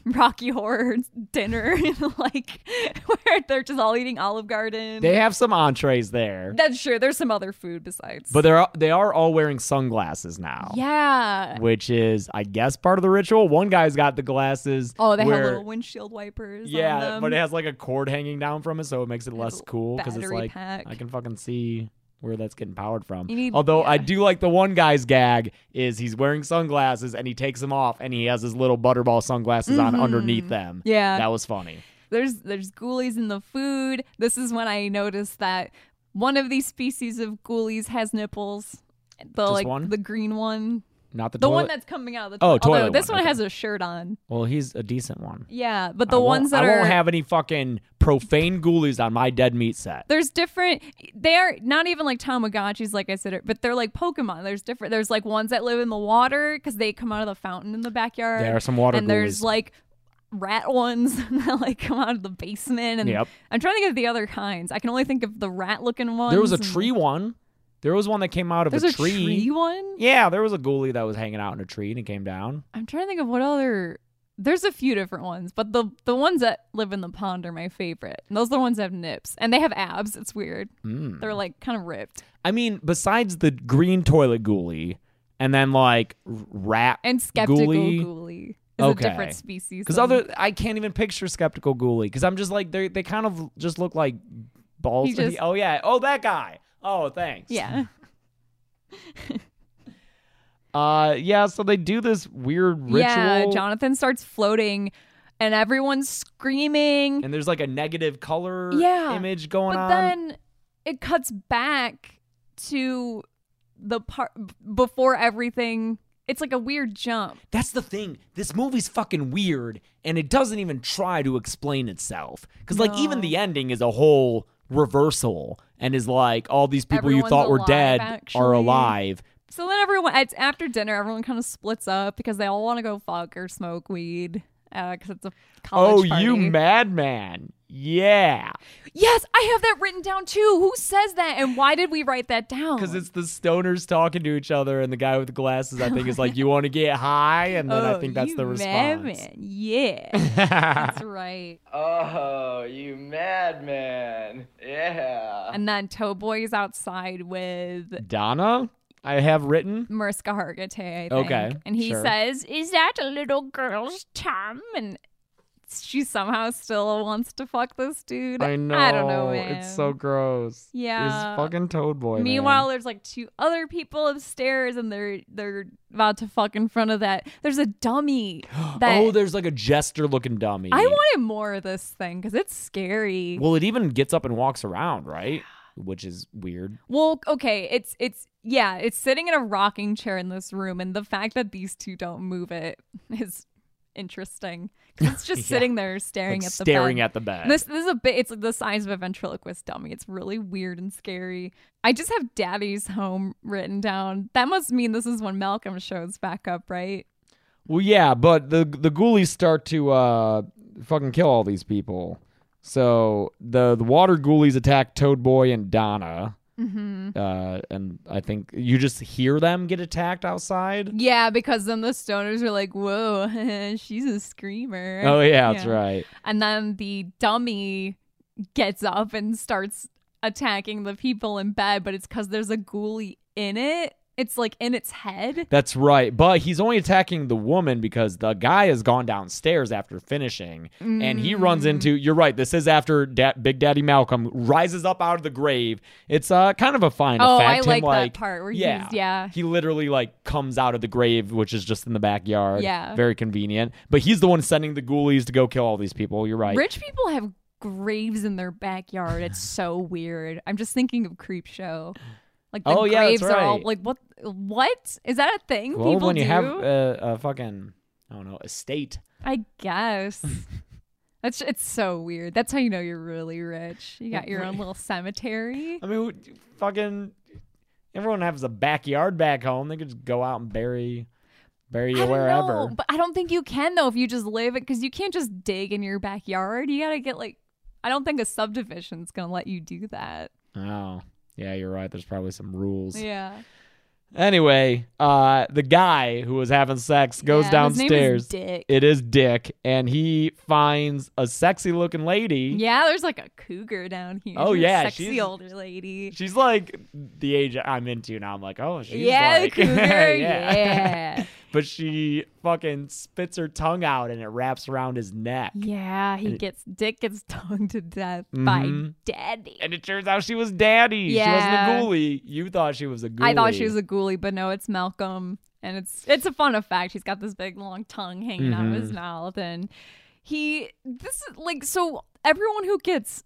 Speaker 5: rocky horror dinner like where they're just all eating olive garden
Speaker 4: They have some entrees there,
Speaker 5: that's sure. There's some other food besides.
Speaker 4: but uh, they're they are all wearing sunglasses now.
Speaker 5: yeah.
Speaker 4: Which is, I guess, part of the ritual. One guy's got the glasses.
Speaker 5: Oh, they
Speaker 4: where-
Speaker 5: have little windshield wipers.
Speaker 4: Yeah,
Speaker 5: on them.
Speaker 4: but it has like a cord hanging down from it, so it makes it less
Speaker 5: a
Speaker 4: cool because it's
Speaker 5: battery
Speaker 4: like
Speaker 5: pack.
Speaker 4: I can fucking see where that's getting powered from.
Speaker 5: You need-
Speaker 4: Although I
Speaker 5: yeah.
Speaker 4: do like the one guy's gag is he's wearing sunglasses and he takes them off and he has his little butterball sunglasses on underneath them.
Speaker 5: Mm-hmm. Yeah.
Speaker 4: that was funny.
Speaker 5: there's there's ghoulies in the food. This is when I noticed that one of these species of ghoulies has nipples. The
Speaker 4: Just
Speaker 5: like
Speaker 4: one?
Speaker 5: the green one,
Speaker 4: Not the,
Speaker 5: the
Speaker 4: toilet.
Speaker 5: one that's coming out of the
Speaker 4: Oh,
Speaker 5: toilet. Although
Speaker 4: toilet
Speaker 5: this
Speaker 4: one,
Speaker 5: one
Speaker 4: okay.
Speaker 5: has a shirt on.
Speaker 4: well, he's a decent one.
Speaker 5: Yeah, but
Speaker 4: I
Speaker 5: the
Speaker 4: won't-
Speaker 5: ones that
Speaker 4: I
Speaker 5: are
Speaker 4: won't have any fucking profane ghoulies on my dead meat set.
Speaker 5: there's different they are not even like tamagotchis like i said but they're like pokemon there's different there's like ones that live in the water because they come out of the fountain in the backyard
Speaker 4: There are some water
Speaker 5: and there's
Speaker 4: ghoulies.
Speaker 5: like rat ones that like come out of the basement and
Speaker 4: Yep.
Speaker 5: i'm trying to think of the other kinds i can only think of the rat looking ones
Speaker 4: There was a
Speaker 5: and-
Speaker 4: tree one. There was one that came out of
Speaker 5: there's
Speaker 4: a
Speaker 5: a tree. one
Speaker 4: Yeah, there was a ghoulie that was hanging out in a tree and it came down.
Speaker 5: i'm trying to think of what other there's a few different ones but the the ones that live in the pond are my favorite and those are the ones that have nips and they have abs it's weird
Speaker 4: Mm.
Speaker 5: they're like kind of ripped
Speaker 4: I mean, besides the green toilet ghoulie and then like r- rat
Speaker 5: and skeptical
Speaker 4: ghoulie.
Speaker 5: ghoulie is
Speaker 4: Okay.
Speaker 5: a different species.
Speaker 4: Because
Speaker 5: than-
Speaker 4: other, I can't even picture skeptical ghoulie because I'm just like they they kind of just look like balls.
Speaker 5: He
Speaker 4: to me.
Speaker 5: just-
Speaker 4: oh yeah, oh that guy. Oh thanks.
Speaker 5: yeah,
Speaker 4: Uh yeah. So they do this weird ritual.
Speaker 5: yeah. Jonathan starts floating, and everyone's screaming.
Speaker 4: And there's like a negative color
Speaker 5: Yeah,
Speaker 4: image going
Speaker 5: but
Speaker 4: on.
Speaker 5: then it cuts back to the part before everything It's like a weird jump.
Speaker 4: That's the thing. This movie's fucking weird, and it doesn't even try to explain itself. Because like even
Speaker 5: No.
Speaker 4: the ending is a whole reversal, and is like all these people you
Speaker 5: Everyone's
Speaker 4: thought were
Speaker 5: alive,
Speaker 4: dead are
Speaker 5: actually.
Speaker 4: alive.
Speaker 5: So then everyone, it's after dinner, everyone kind of splits up because they all want to go fuck or smoke weed because it's
Speaker 4: Oh,
Speaker 5: a college party.
Speaker 4: you madman! Yeah,
Speaker 5: Yes, I have that written down too. Who says that and why did we write that down?
Speaker 4: because it's the stoners talking to each other, and the guy with the glasses, I think, is like, "You want to get high?" And then I
Speaker 5: Oh,
Speaker 4: think that's
Speaker 5: you
Speaker 4: the response.
Speaker 5: madman. Yeah, that's right.
Speaker 8: Oh, you madman. Yeah.
Speaker 5: And then Towboy's outside with
Speaker 4: Donna, I have written.
Speaker 5: Mariska Hargitay, I think.
Speaker 4: Okay,
Speaker 5: And he
Speaker 4: sure.
Speaker 5: says, Is that a little girl's tongue? And she somehow still wants to fuck this dude. I don't know, man.
Speaker 4: It's so gross.
Speaker 5: Yeah.
Speaker 4: He's fucking Toad Boy. man.
Speaker 5: Meanwhile, there's like two other people upstairs, and they're they're about to fuck in front of that. There's a dummy. That
Speaker 4: oh, there's like a jester looking dummy.
Speaker 5: I wanted more of this thing because it's scary.
Speaker 4: Well, it even gets up and walks around, right? Which is weird.
Speaker 5: Well, okay, it's it's yeah, it's sitting in a rocking chair in this room, and the fact that these two don't move it is interesting. 'Cause it's just
Speaker 4: Yeah.
Speaker 5: sitting there staring
Speaker 4: Like
Speaker 5: at the
Speaker 4: staring
Speaker 5: bed.
Speaker 4: at the bed.
Speaker 5: This this is a bit. It's like the size of a ventriloquist dummy. It's really weird and scary. I just have Daddy's home written down. That must mean this is when Malcolm shows back up, right?
Speaker 4: well, yeah, but the the ghoulies start to uh fucking kill all these people. So the the water ghoulies attack Toad Boy and Donna. Mm-hmm. Uh, and I think you just hear them get attacked outside.
Speaker 5: Yeah, because then the stoners are like, "Whoa, she's a screamer."
Speaker 4: Oh yeah, that's right.
Speaker 5: And then the dummy gets up and starts attacking the people in bed, but it's because there's a ghoulie in it. It's like in its head.
Speaker 4: That's right. But he's only attacking the woman because the guy has gone downstairs after finishing and he
Speaker 5: Mm.
Speaker 4: runs into you're right. This is after da- Big Daddy Malcolm rises up out of the grave. It's uh kind of a fine
Speaker 5: Oh,
Speaker 4: effect.
Speaker 5: I
Speaker 4: Him,
Speaker 5: like that
Speaker 4: like
Speaker 5: part where he's-
Speaker 4: yeah,
Speaker 5: yeah.
Speaker 4: He literally like comes out of the grave which is just in the backyard.
Speaker 5: Yeah.
Speaker 4: Very convenient. But he's the one sending the ghoulies to go kill all these people. You're right.
Speaker 5: Rich people have graves in their backyard. It's so weird. I'm just thinking of Creep Show. Like the
Speaker 4: Oh, yeah, that's
Speaker 5: graves are all
Speaker 4: right.
Speaker 5: like what what? Is that a thing
Speaker 4: well,
Speaker 5: people
Speaker 4: when
Speaker 5: do?
Speaker 4: you have uh, a, a fucking I don't know, estate.
Speaker 5: I guess. That's it's so weird. That's how you know you're really rich. You got your own little cemetery.
Speaker 4: I mean, who- fucking everyone has a backyard back home. They could just go out and bury, bury you
Speaker 5: I don't
Speaker 4: wherever.
Speaker 5: know, but I don't think you can though if you just live it because you can't just dig in your backyard. You gotta get like, I don't think a subdivision's gonna let you do that.
Speaker 4: oh, yeah, you're right. There's probably some rules.
Speaker 5: Yeah,
Speaker 4: Anyway, uh, the guy who was having sex goes
Speaker 5: Yeah, his name is
Speaker 4: downstairs.
Speaker 5: Dick.
Speaker 4: It is Dick, and he finds a sexy looking lady.
Speaker 5: yeah. There's like a cougar down here.
Speaker 4: Oh,
Speaker 5: She's a
Speaker 4: yeah,
Speaker 5: sexy
Speaker 4: she's-
Speaker 5: older lady.
Speaker 4: She's like the age I'm into now. I'm like, oh, she's
Speaker 5: yeah,
Speaker 4: like,
Speaker 5: the cougar.
Speaker 4: yeah.
Speaker 5: yeah,
Speaker 4: But she fucking spits her tongue out, and it wraps around his neck.
Speaker 5: yeah. He gets Dick gets tongued to death by
Speaker 4: Mhm.
Speaker 5: Daddy.
Speaker 4: And it turns out she was daddy.
Speaker 5: Yeah.
Speaker 4: She wasn't a ghoulie. You thought she was a ghoulie.
Speaker 5: I thought she was a ghoulie, but no, it's Malcolm. And it's it's a fun effect. He's got this big long tongue hanging out of
Speaker 4: Mm-hmm.
Speaker 5: his mouth. And he this is like so everyone who gets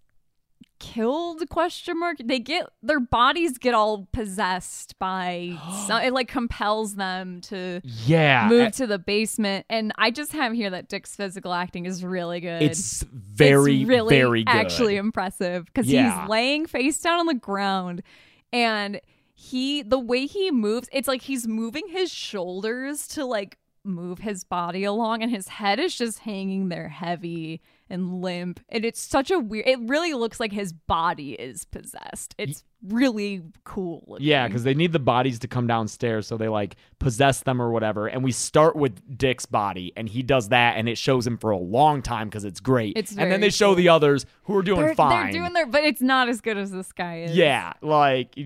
Speaker 5: killed question mark they get their bodies get all possessed by some, it like compels them to
Speaker 4: yeah.
Speaker 5: move to the basement and i just have here that dick's physical acting is really good
Speaker 4: It's very,
Speaker 5: it's really
Speaker 4: very good.
Speaker 5: actually impressive because
Speaker 4: Yeah.
Speaker 5: he's laying face down on the ground and he the way he moves it's like he's moving his shoulders to like move his body along and his head is just hanging there heavy and limp and it's such a weird it really looks like his body is possessed it's really cool looking.
Speaker 4: yeah, because they need the bodies to come downstairs, so they like possess them or whatever. And we start with Dick's body, and he does that, and it shows him for a long time because it's great.
Speaker 5: It's
Speaker 4: and then
Speaker 5: very
Speaker 4: they show the others who are doing
Speaker 5: they're, they're
Speaker 4: fine.
Speaker 5: doing their but it's not as good as this guy is
Speaker 4: yeah, like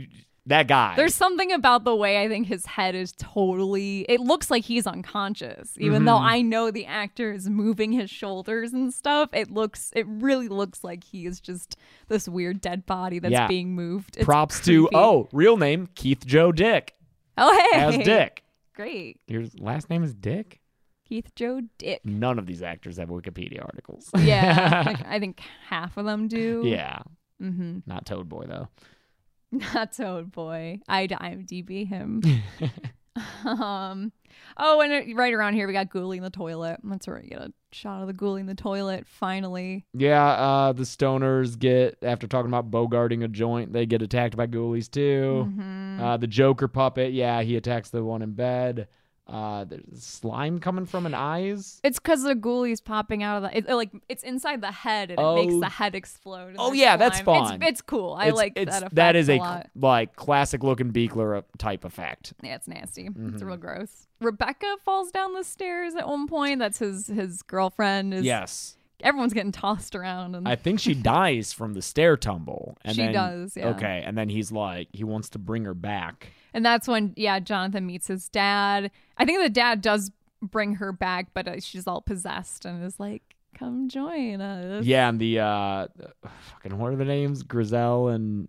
Speaker 4: that guy.
Speaker 5: There's something about the way I think his head is totally. It looks like he's unconscious, even though
Speaker 4: Mm-hmm.
Speaker 5: I know the actor is moving his shoulders and stuff. It looks, it really looks like he is just this weird dead body that's
Speaker 4: Yeah.
Speaker 5: being moved. It's
Speaker 4: props to
Speaker 5: creepy.
Speaker 4: oh real name Keith Joe Dick
Speaker 5: oh hey,
Speaker 4: as Dick.
Speaker 5: great
Speaker 4: Your last name is Dick.
Speaker 5: Keith Joe Dick.
Speaker 4: None of these actors have Wikipedia articles.
Speaker 5: Yeah, like, I think half of them do.
Speaker 4: yeah.
Speaker 5: mm-hmm.
Speaker 4: Not Toad Boy though.
Speaker 5: not Toad Boy. I'd IMDb him. Um, oh, and it, right around here we got Ghoulie in the toilet. That's where we get a shot of the Ghoulie in the toilet. Finally,
Speaker 4: Yeah, uh, the stoners get after talking about bogarting a joint, they get attacked by ghoulies too.
Speaker 5: Mm-hmm.
Speaker 4: Uh, the Joker puppet, yeah, he attacks the one in bed. Uh, there's slime coming from an eyes.
Speaker 5: it's because the Ghoulie's popping out of the. It, like it's inside the head, and it makes
Speaker 4: Oh.
Speaker 5: the head explode. and
Speaker 4: Oh,
Speaker 5: there's
Speaker 4: yeah, that's
Speaker 5: slime.
Speaker 4: fun.
Speaker 5: It's, it's cool. I
Speaker 4: It's-
Speaker 5: like
Speaker 4: it's,
Speaker 5: that.
Speaker 4: That is
Speaker 5: a,
Speaker 4: a cl-
Speaker 5: lot.
Speaker 4: like classic looking Beekler uh, type effect.
Speaker 5: Yeah, it's nasty.
Speaker 4: Mm-hmm.
Speaker 5: It's real gross. Rebecca falls down the stairs at one point. That's his his girlfriend. Is,
Speaker 4: Yes,
Speaker 5: everyone's getting tossed around and
Speaker 4: I think she dies from the stair tumble. And
Speaker 5: She
Speaker 4: then-
Speaker 5: does, yeah.
Speaker 4: Okay, and then he's like, he wants to bring her back.
Speaker 5: and that's when yeah jonathan meets his dad i think the dad does bring her back but uh, she's all possessed and is like come join us
Speaker 4: Yeah, and the uh, fucking what are the names? Grizel and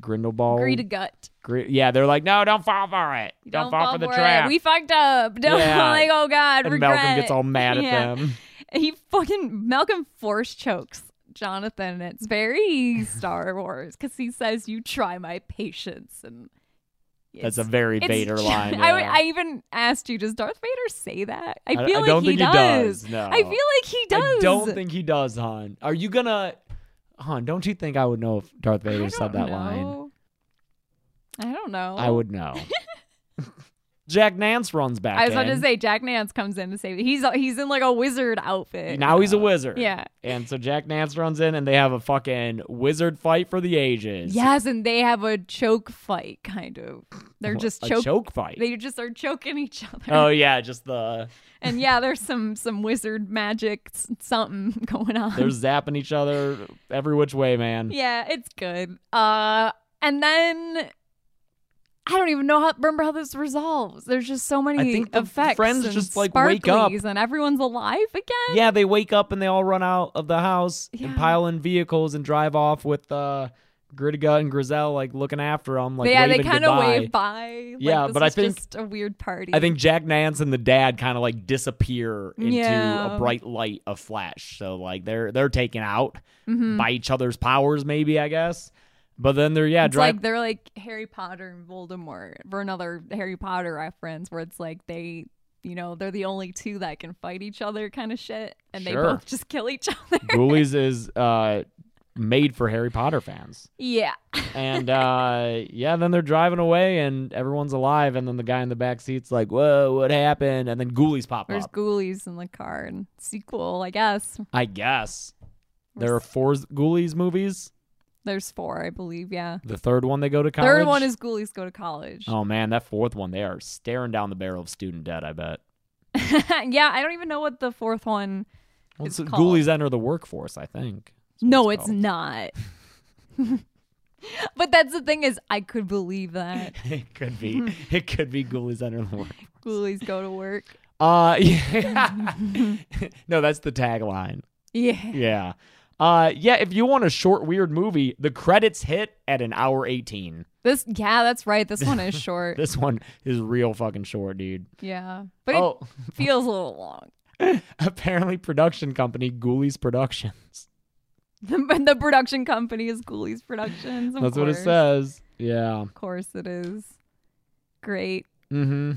Speaker 4: Grindelwald.
Speaker 5: agree to gut
Speaker 4: Gre- yeah, they're like, no, don't fall for it. Don't, fall, for the
Speaker 5: it.
Speaker 4: trap.
Speaker 5: we fucked up don't
Speaker 4: Yeah.
Speaker 5: like oh god
Speaker 4: and
Speaker 5: regret
Speaker 4: Malcolm gets
Speaker 5: it.
Speaker 4: all mad at
Speaker 5: Yeah.
Speaker 4: them.
Speaker 5: he fucking malcolm force chokes jonathan it's very star wars because he says you try my patience and
Speaker 4: That's a
Speaker 5: it's-
Speaker 4: very
Speaker 5: it's
Speaker 4: Vader
Speaker 5: ju-
Speaker 4: line.
Speaker 5: I, would-
Speaker 4: yeah.
Speaker 5: I even asked you, does Darth Vader say that? I
Speaker 4: I-
Speaker 5: feel
Speaker 4: I
Speaker 5: like
Speaker 4: don't
Speaker 5: he
Speaker 4: think he
Speaker 5: does.
Speaker 4: does, no.
Speaker 5: I feel like he does.
Speaker 4: Um, I don't think he does, hon. Are you gonna, hon? Don't you think I would know if Darth
Speaker 5: I
Speaker 4: Vader said
Speaker 5: don't
Speaker 4: that line?
Speaker 5: know. I don't know.
Speaker 4: I would know. Jack Nance runs back.
Speaker 5: I was about
Speaker 4: in.
Speaker 5: to say Jack Nance comes in to save. He's he's in like a wizard outfit.
Speaker 4: Now he's a wizard.
Speaker 5: uh, Yeah.
Speaker 4: And so Jack Nance runs in and they have a fucking wizard fight for the ages.
Speaker 5: Yes, and they have a choke fight, kind of. They're just
Speaker 4: a
Speaker 5: choke.
Speaker 4: choke fight.
Speaker 5: They just are choking each other.
Speaker 4: oh yeah, just the
Speaker 5: And yeah, there's some some wizard magic s- something going on.
Speaker 4: they're zapping each other every which way, man.
Speaker 5: Yeah, it's good. Uh, and then I don't even know how remember how this resolves. There's just so many
Speaker 4: think the
Speaker 5: effects.
Speaker 4: friends
Speaker 5: and
Speaker 4: just, like, wake up.
Speaker 5: sparklies and everyone's alive again.
Speaker 4: Yeah, they wake up and they all run out of the house
Speaker 5: Yeah.
Speaker 4: and pile in vehicles and drive off with uh, Gritiga and Grizel like looking after them, like
Speaker 5: But yeah, they
Speaker 4: waving
Speaker 5: kind of
Speaker 4: goodbye.
Speaker 5: wave by. Like,
Speaker 4: Yeah,
Speaker 5: this
Speaker 4: but I
Speaker 5: is
Speaker 4: think-
Speaker 5: just a weird party.
Speaker 4: I think Jack Nance and the dad kind of like disappear into
Speaker 5: Yeah.
Speaker 4: a bright light of flash. So like they're they're taken out
Speaker 5: Hmm. Mm-hmm.
Speaker 4: by each other's powers, maybe I guess. But then they're yeah
Speaker 5: it's
Speaker 4: drive.
Speaker 5: like they're like Harry Potter and Voldemort for another Harry Potter reference, where it's like they. You know, they're the only two that can fight each other, kind of shit, and they
Speaker 4: Sure.
Speaker 5: both just kill each other.
Speaker 4: Ghoulies is uh, made for Harry Potter fans.
Speaker 5: yeah,
Speaker 4: And uh, yeah, then they're driving away and everyone's alive. And then the guy in the back seat's like, whoa, what happened? And then ghoulies pop
Speaker 5: there's
Speaker 4: up.
Speaker 5: ghoulies in the car and sequel, I guess.
Speaker 4: I guess. There are four ghoulies movies.
Speaker 5: There's four, I believe. Yeah.
Speaker 4: The third one they go to college.
Speaker 5: Third one is Ghoulies Go to College.
Speaker 4: Oh man, that fourth one, they are staring down the barrel of student debt, I bet.
Speaker 5: yeah, I don't even know what the fourth one.
Speaker 4: Well,
Speaker 5: It's
Speaker 4: so
Speaker 5: called-
Speaker 4: ghoulies enter the workforce, I think.
Speaker 5: no,
Speaker 4: it's
Speaker 5: it's
Speaker 4: called.
Speaker 5: not. but that's the thing is, I could believe that
Speaker 4: it could
Speaker 5: Hmm.
Speaker 4: be. It could be ghoulies enter the workforce.
Speaker 5: Ghoulies Go to Work.
Speaker 4: Uh, yeah. no, that's the tagline.
Speaker 5: Yeah.
Speaker 4: Yeah. Uh, yeah, if you want a short, weird movie, the credits hit at an hour 18.
Speaker 5: This. Yeah, that's right. This one is short.
Speaker 4: This one is real fucking short, dude.
Speaker 5: yeah, but
Speaker 4: oh,
Speaker 5: it feels a little long.
Speaker 4: apparently production company Ghoulies Productions.
Speaker 5: but the production company is Ghoulies Productions. of
Speaker 4: That's what it
Speaker 5: course.
Speaker 4: says. Yeah.
Speaker 5: Of course, it is. Great.
Speaker 4: Mm-hmm.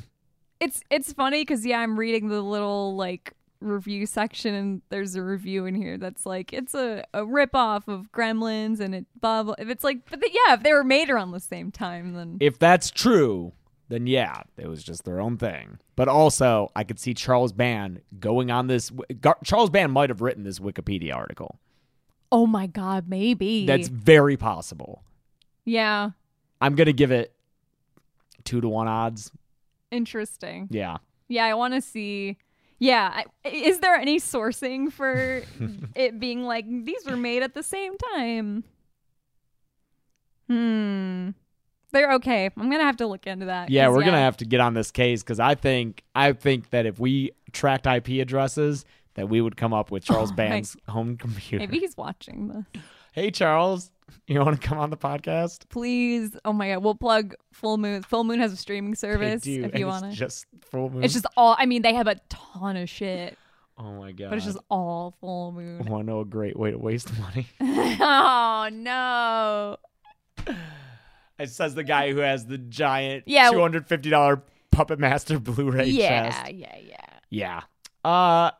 Speaker 5: it's it's funny because yeah, I'm reading the little like review section and there's a review in here that's like it's a, a ripoff of Gremlins and it blah blah. If it's like, but the, yeah, if they were made around the same time, then
Speaker 4: If that's true, then yeah, it was just their own thing. But also, I could see Charles Band going on this. Gar- Charles Band might have written this Wikipedia article.
Speaker 5: oh my god, maybe
Speaker 4: That's very possible.
Speaker 5: yeah,
Speaker 4: I'm going to give it two to one odds.
Speaker 5: interesting.
Speaker 4: Yeah.
Speaker 5: Yeah, I want to see. Yeah, I, is there any sourcing for it being like these were made at the same time? Hmm. They're okay. I'm gonna have to look into that.
Speaker 4: Yeah,
Speaker 5: 'cause,
Speaker 4: we're gonna have to get on this case because I think I think that if we tracked IP addresses, that we would come up with Charles
Speaker 5: right.
Speaker 4: Band's home computer.
Speaker 5: Maybe he's watching this.
Speaker 4: Hey, Charles, you want to come on the podcast?
Speaker 5: please. Oh my god, we'll plug Full Moon. Full Moon has a streaming
Speaker 4: They
Speaker 5: service
Speaker 4: do,
Speaker 5: if
Speaker 4: and
Speaker 5: you
Speaker 4: it's
Speaker 5: want to.
Speaker 4: Just full moon.
Speaker 5: It's just all. I mean, they have a ton of shit,
Speaker 4: oh my god. Oh.
Speaker 5: but it's just all Full Moon.
Speaker 4: want to know a great way to waste money.
Speaker 5: oh no.
Speaker 4: it says the guy who has the giant
Speaker 5: Yeah,
Speaker 4: two hundred fifty dollar Puppet Master Blu-ray
Speaker 5: yeah,
Speaker 4: chest.
Speaker 5: yeah, yeah.
Speaker 4: Yeah. Uh,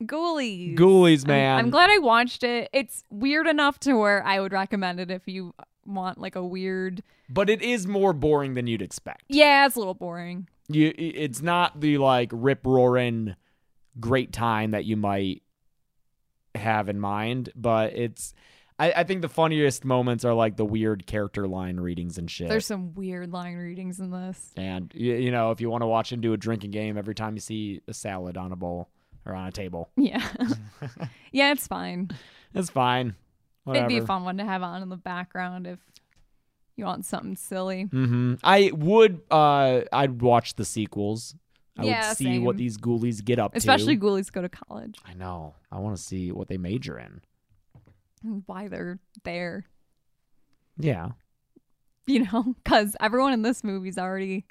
Speaker 5: Ghoulies.
Speaker 4: Ghoulies,
Speaker 5: I'm-
Speaker 4: man.
Speaker 5: I'm, glad I watched it. It's weird enough to where I would recommend it if you want like a weird.
Speaker 4: But it is more boring than you'd expect.
Speaker 5: Yeah, it's a little boring.
Speaker 4: You, i- it's not the like rip roaring great time that you might have in mind, but it's. I, I think the funniest moments are like the weird character line readings and shit.
Speaker 5: There's some weird line readings in this.
Speaker 4: and you, you know, if you want to watch and do a drinking game every time you see a salad on a bowl or on a table,
Speaker 5: Yeah. yeah, it's fine.
Speaker 4: that's fine. Whatever.
Speaker 5: It'd be a fun one to have on in the background if you want something silly.
Speaker 4: hmm I would. Uh, I'd watch the sequels. I
Speaker 5: Yeah,
Speaker 4: would see what
Speaker 5: same.
Speaker 4: these ghoulies get up
Speaker 5: Especially
Speaker 4: to.
Speaker 5: ghoulies go to college
Speaker 4: I know. I want to see what they major in.
Speaker 5: and why they're there,
Speaker 4: Yeah.
Speaker 5: you know, because everyone in this movie's already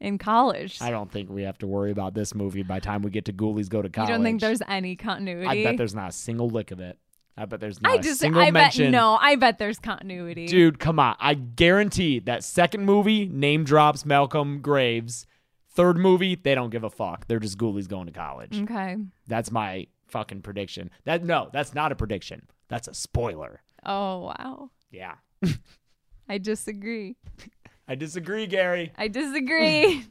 Speaker 5: in college.
Speaker 4: I don't think we have to worry about this movie by the time we get to Ghoulies Go to
Speaker 5: you
Speaker 4: College.
Speaker 5: don't think there's any continuity?
Speaker 4: I bet there's not a single lick of it. I bet there's not
Speaker 5: I
Speaker 4: a
Speaker 5: just,
Speaker 4: single
Speaker 5: I bet
Speaker 4: mention.
Speaker 5: no, I bet there's continuity.
Speaker 4: Dude, come on. I guarantee that second movie name drops Malcolm Graves. Third movie, they don't give a fuck. They're just ghoulies going to college.
Speaker 5: Okay.
Speaker 4: That's my fucking prediction. That no, that's not a prediction. That's a spoiler.
Speaker 5: Oh wow.
Speaker 4: Yeah.
Speaker 5: I disagree.
Speaker 4: I disagree, Gary.
Speaker 5: I disagree.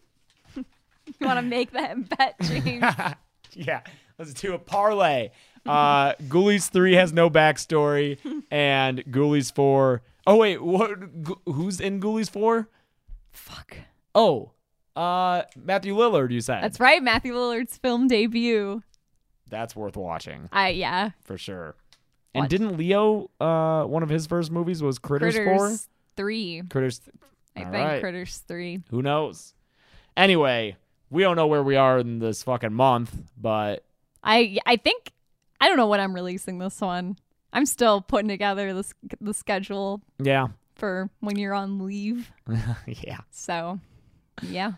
Speaker 5: you want to make that bet, James?
Speaker 4: yeah, let's do a parlay. Uh, Ghoulies three has no backstory, and Ghoulies four. Oh wait, what? Gu- Who's in Ghoulies four?
Speaker 5: Fuck.
Speaker 4: Oh, uh, Matthew Lillard. You said
Speaker 5: That's right. Matthew Lillard's film debut.
Speaker 4: That's worth watching
Speaker 5: I yeah.
Speaker 4: for sure.
Speaker 5: Watch.
Speaker 4: And didn't Leo? Uh, one of his first movies was Critters, four.
Speaker 5: Critters three.
Speaker 4: Critters. th-
Speaker 5: I
Speaker 4: All
Speaker 5: think
Speaker 4: right.
Speaker 5: Critters three.
Speaker 4: Who knows? Anyway, we don't know where we are in this fucking month, but
Speaker 5: I I think I don't know when I'm releasing this one. I'm still putting together the s- the schedule
Speaker 4: yeah,
Speaker 5: for when you're on leave.
Speaker 4: yeah.
Speaker 5: So, yeah.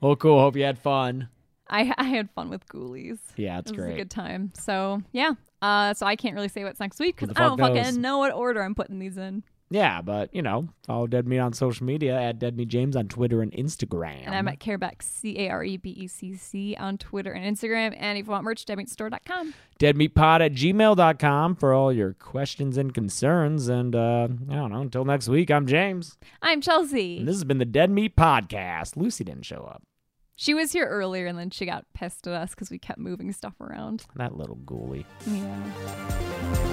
Speaker 4: Well, cool. Hope you had fun.
Speaker 5: I I had fun with Ghoulies.
Speaker 4: Yeah, it's
Speaker 5: It was
Speaker 4: great.
Speaker 5: a good time. So yeah. Uh, so I can't really say what's next week
Speaker 4: Who
Speaker 5: because
Speaker 4: the
Speaker 5: I
Speaker 4: fuck
Speaker 5: don't
Speaker 4: knows?
Speaker 5: fucking know what order I'm putting these in.
Speaker 4: Yeah, but you know, follow Dead Meat on social media at Dead Meat James on Twitter and Instagram.
Speaker 5: And I'm at Carebeck, C A R E B E C C, on Twitter and Instagram. And if you want merch, deadmeatstore.com.
Speaker 4: deadmeatpod at gmail.com for all your questions and concerns. And uh, I don't know, until next week, I'm James.
Speaker 5: I'm Chelsea.
Speaker 4: And this has been the Dead Meat Podcast. Lucy didn't show up.
Speaker 5: she was here earlier and then she got pissed at us because we kept moving stuff around.
Speaker 4: That little ghoulie.
Speaker 5: Yeah.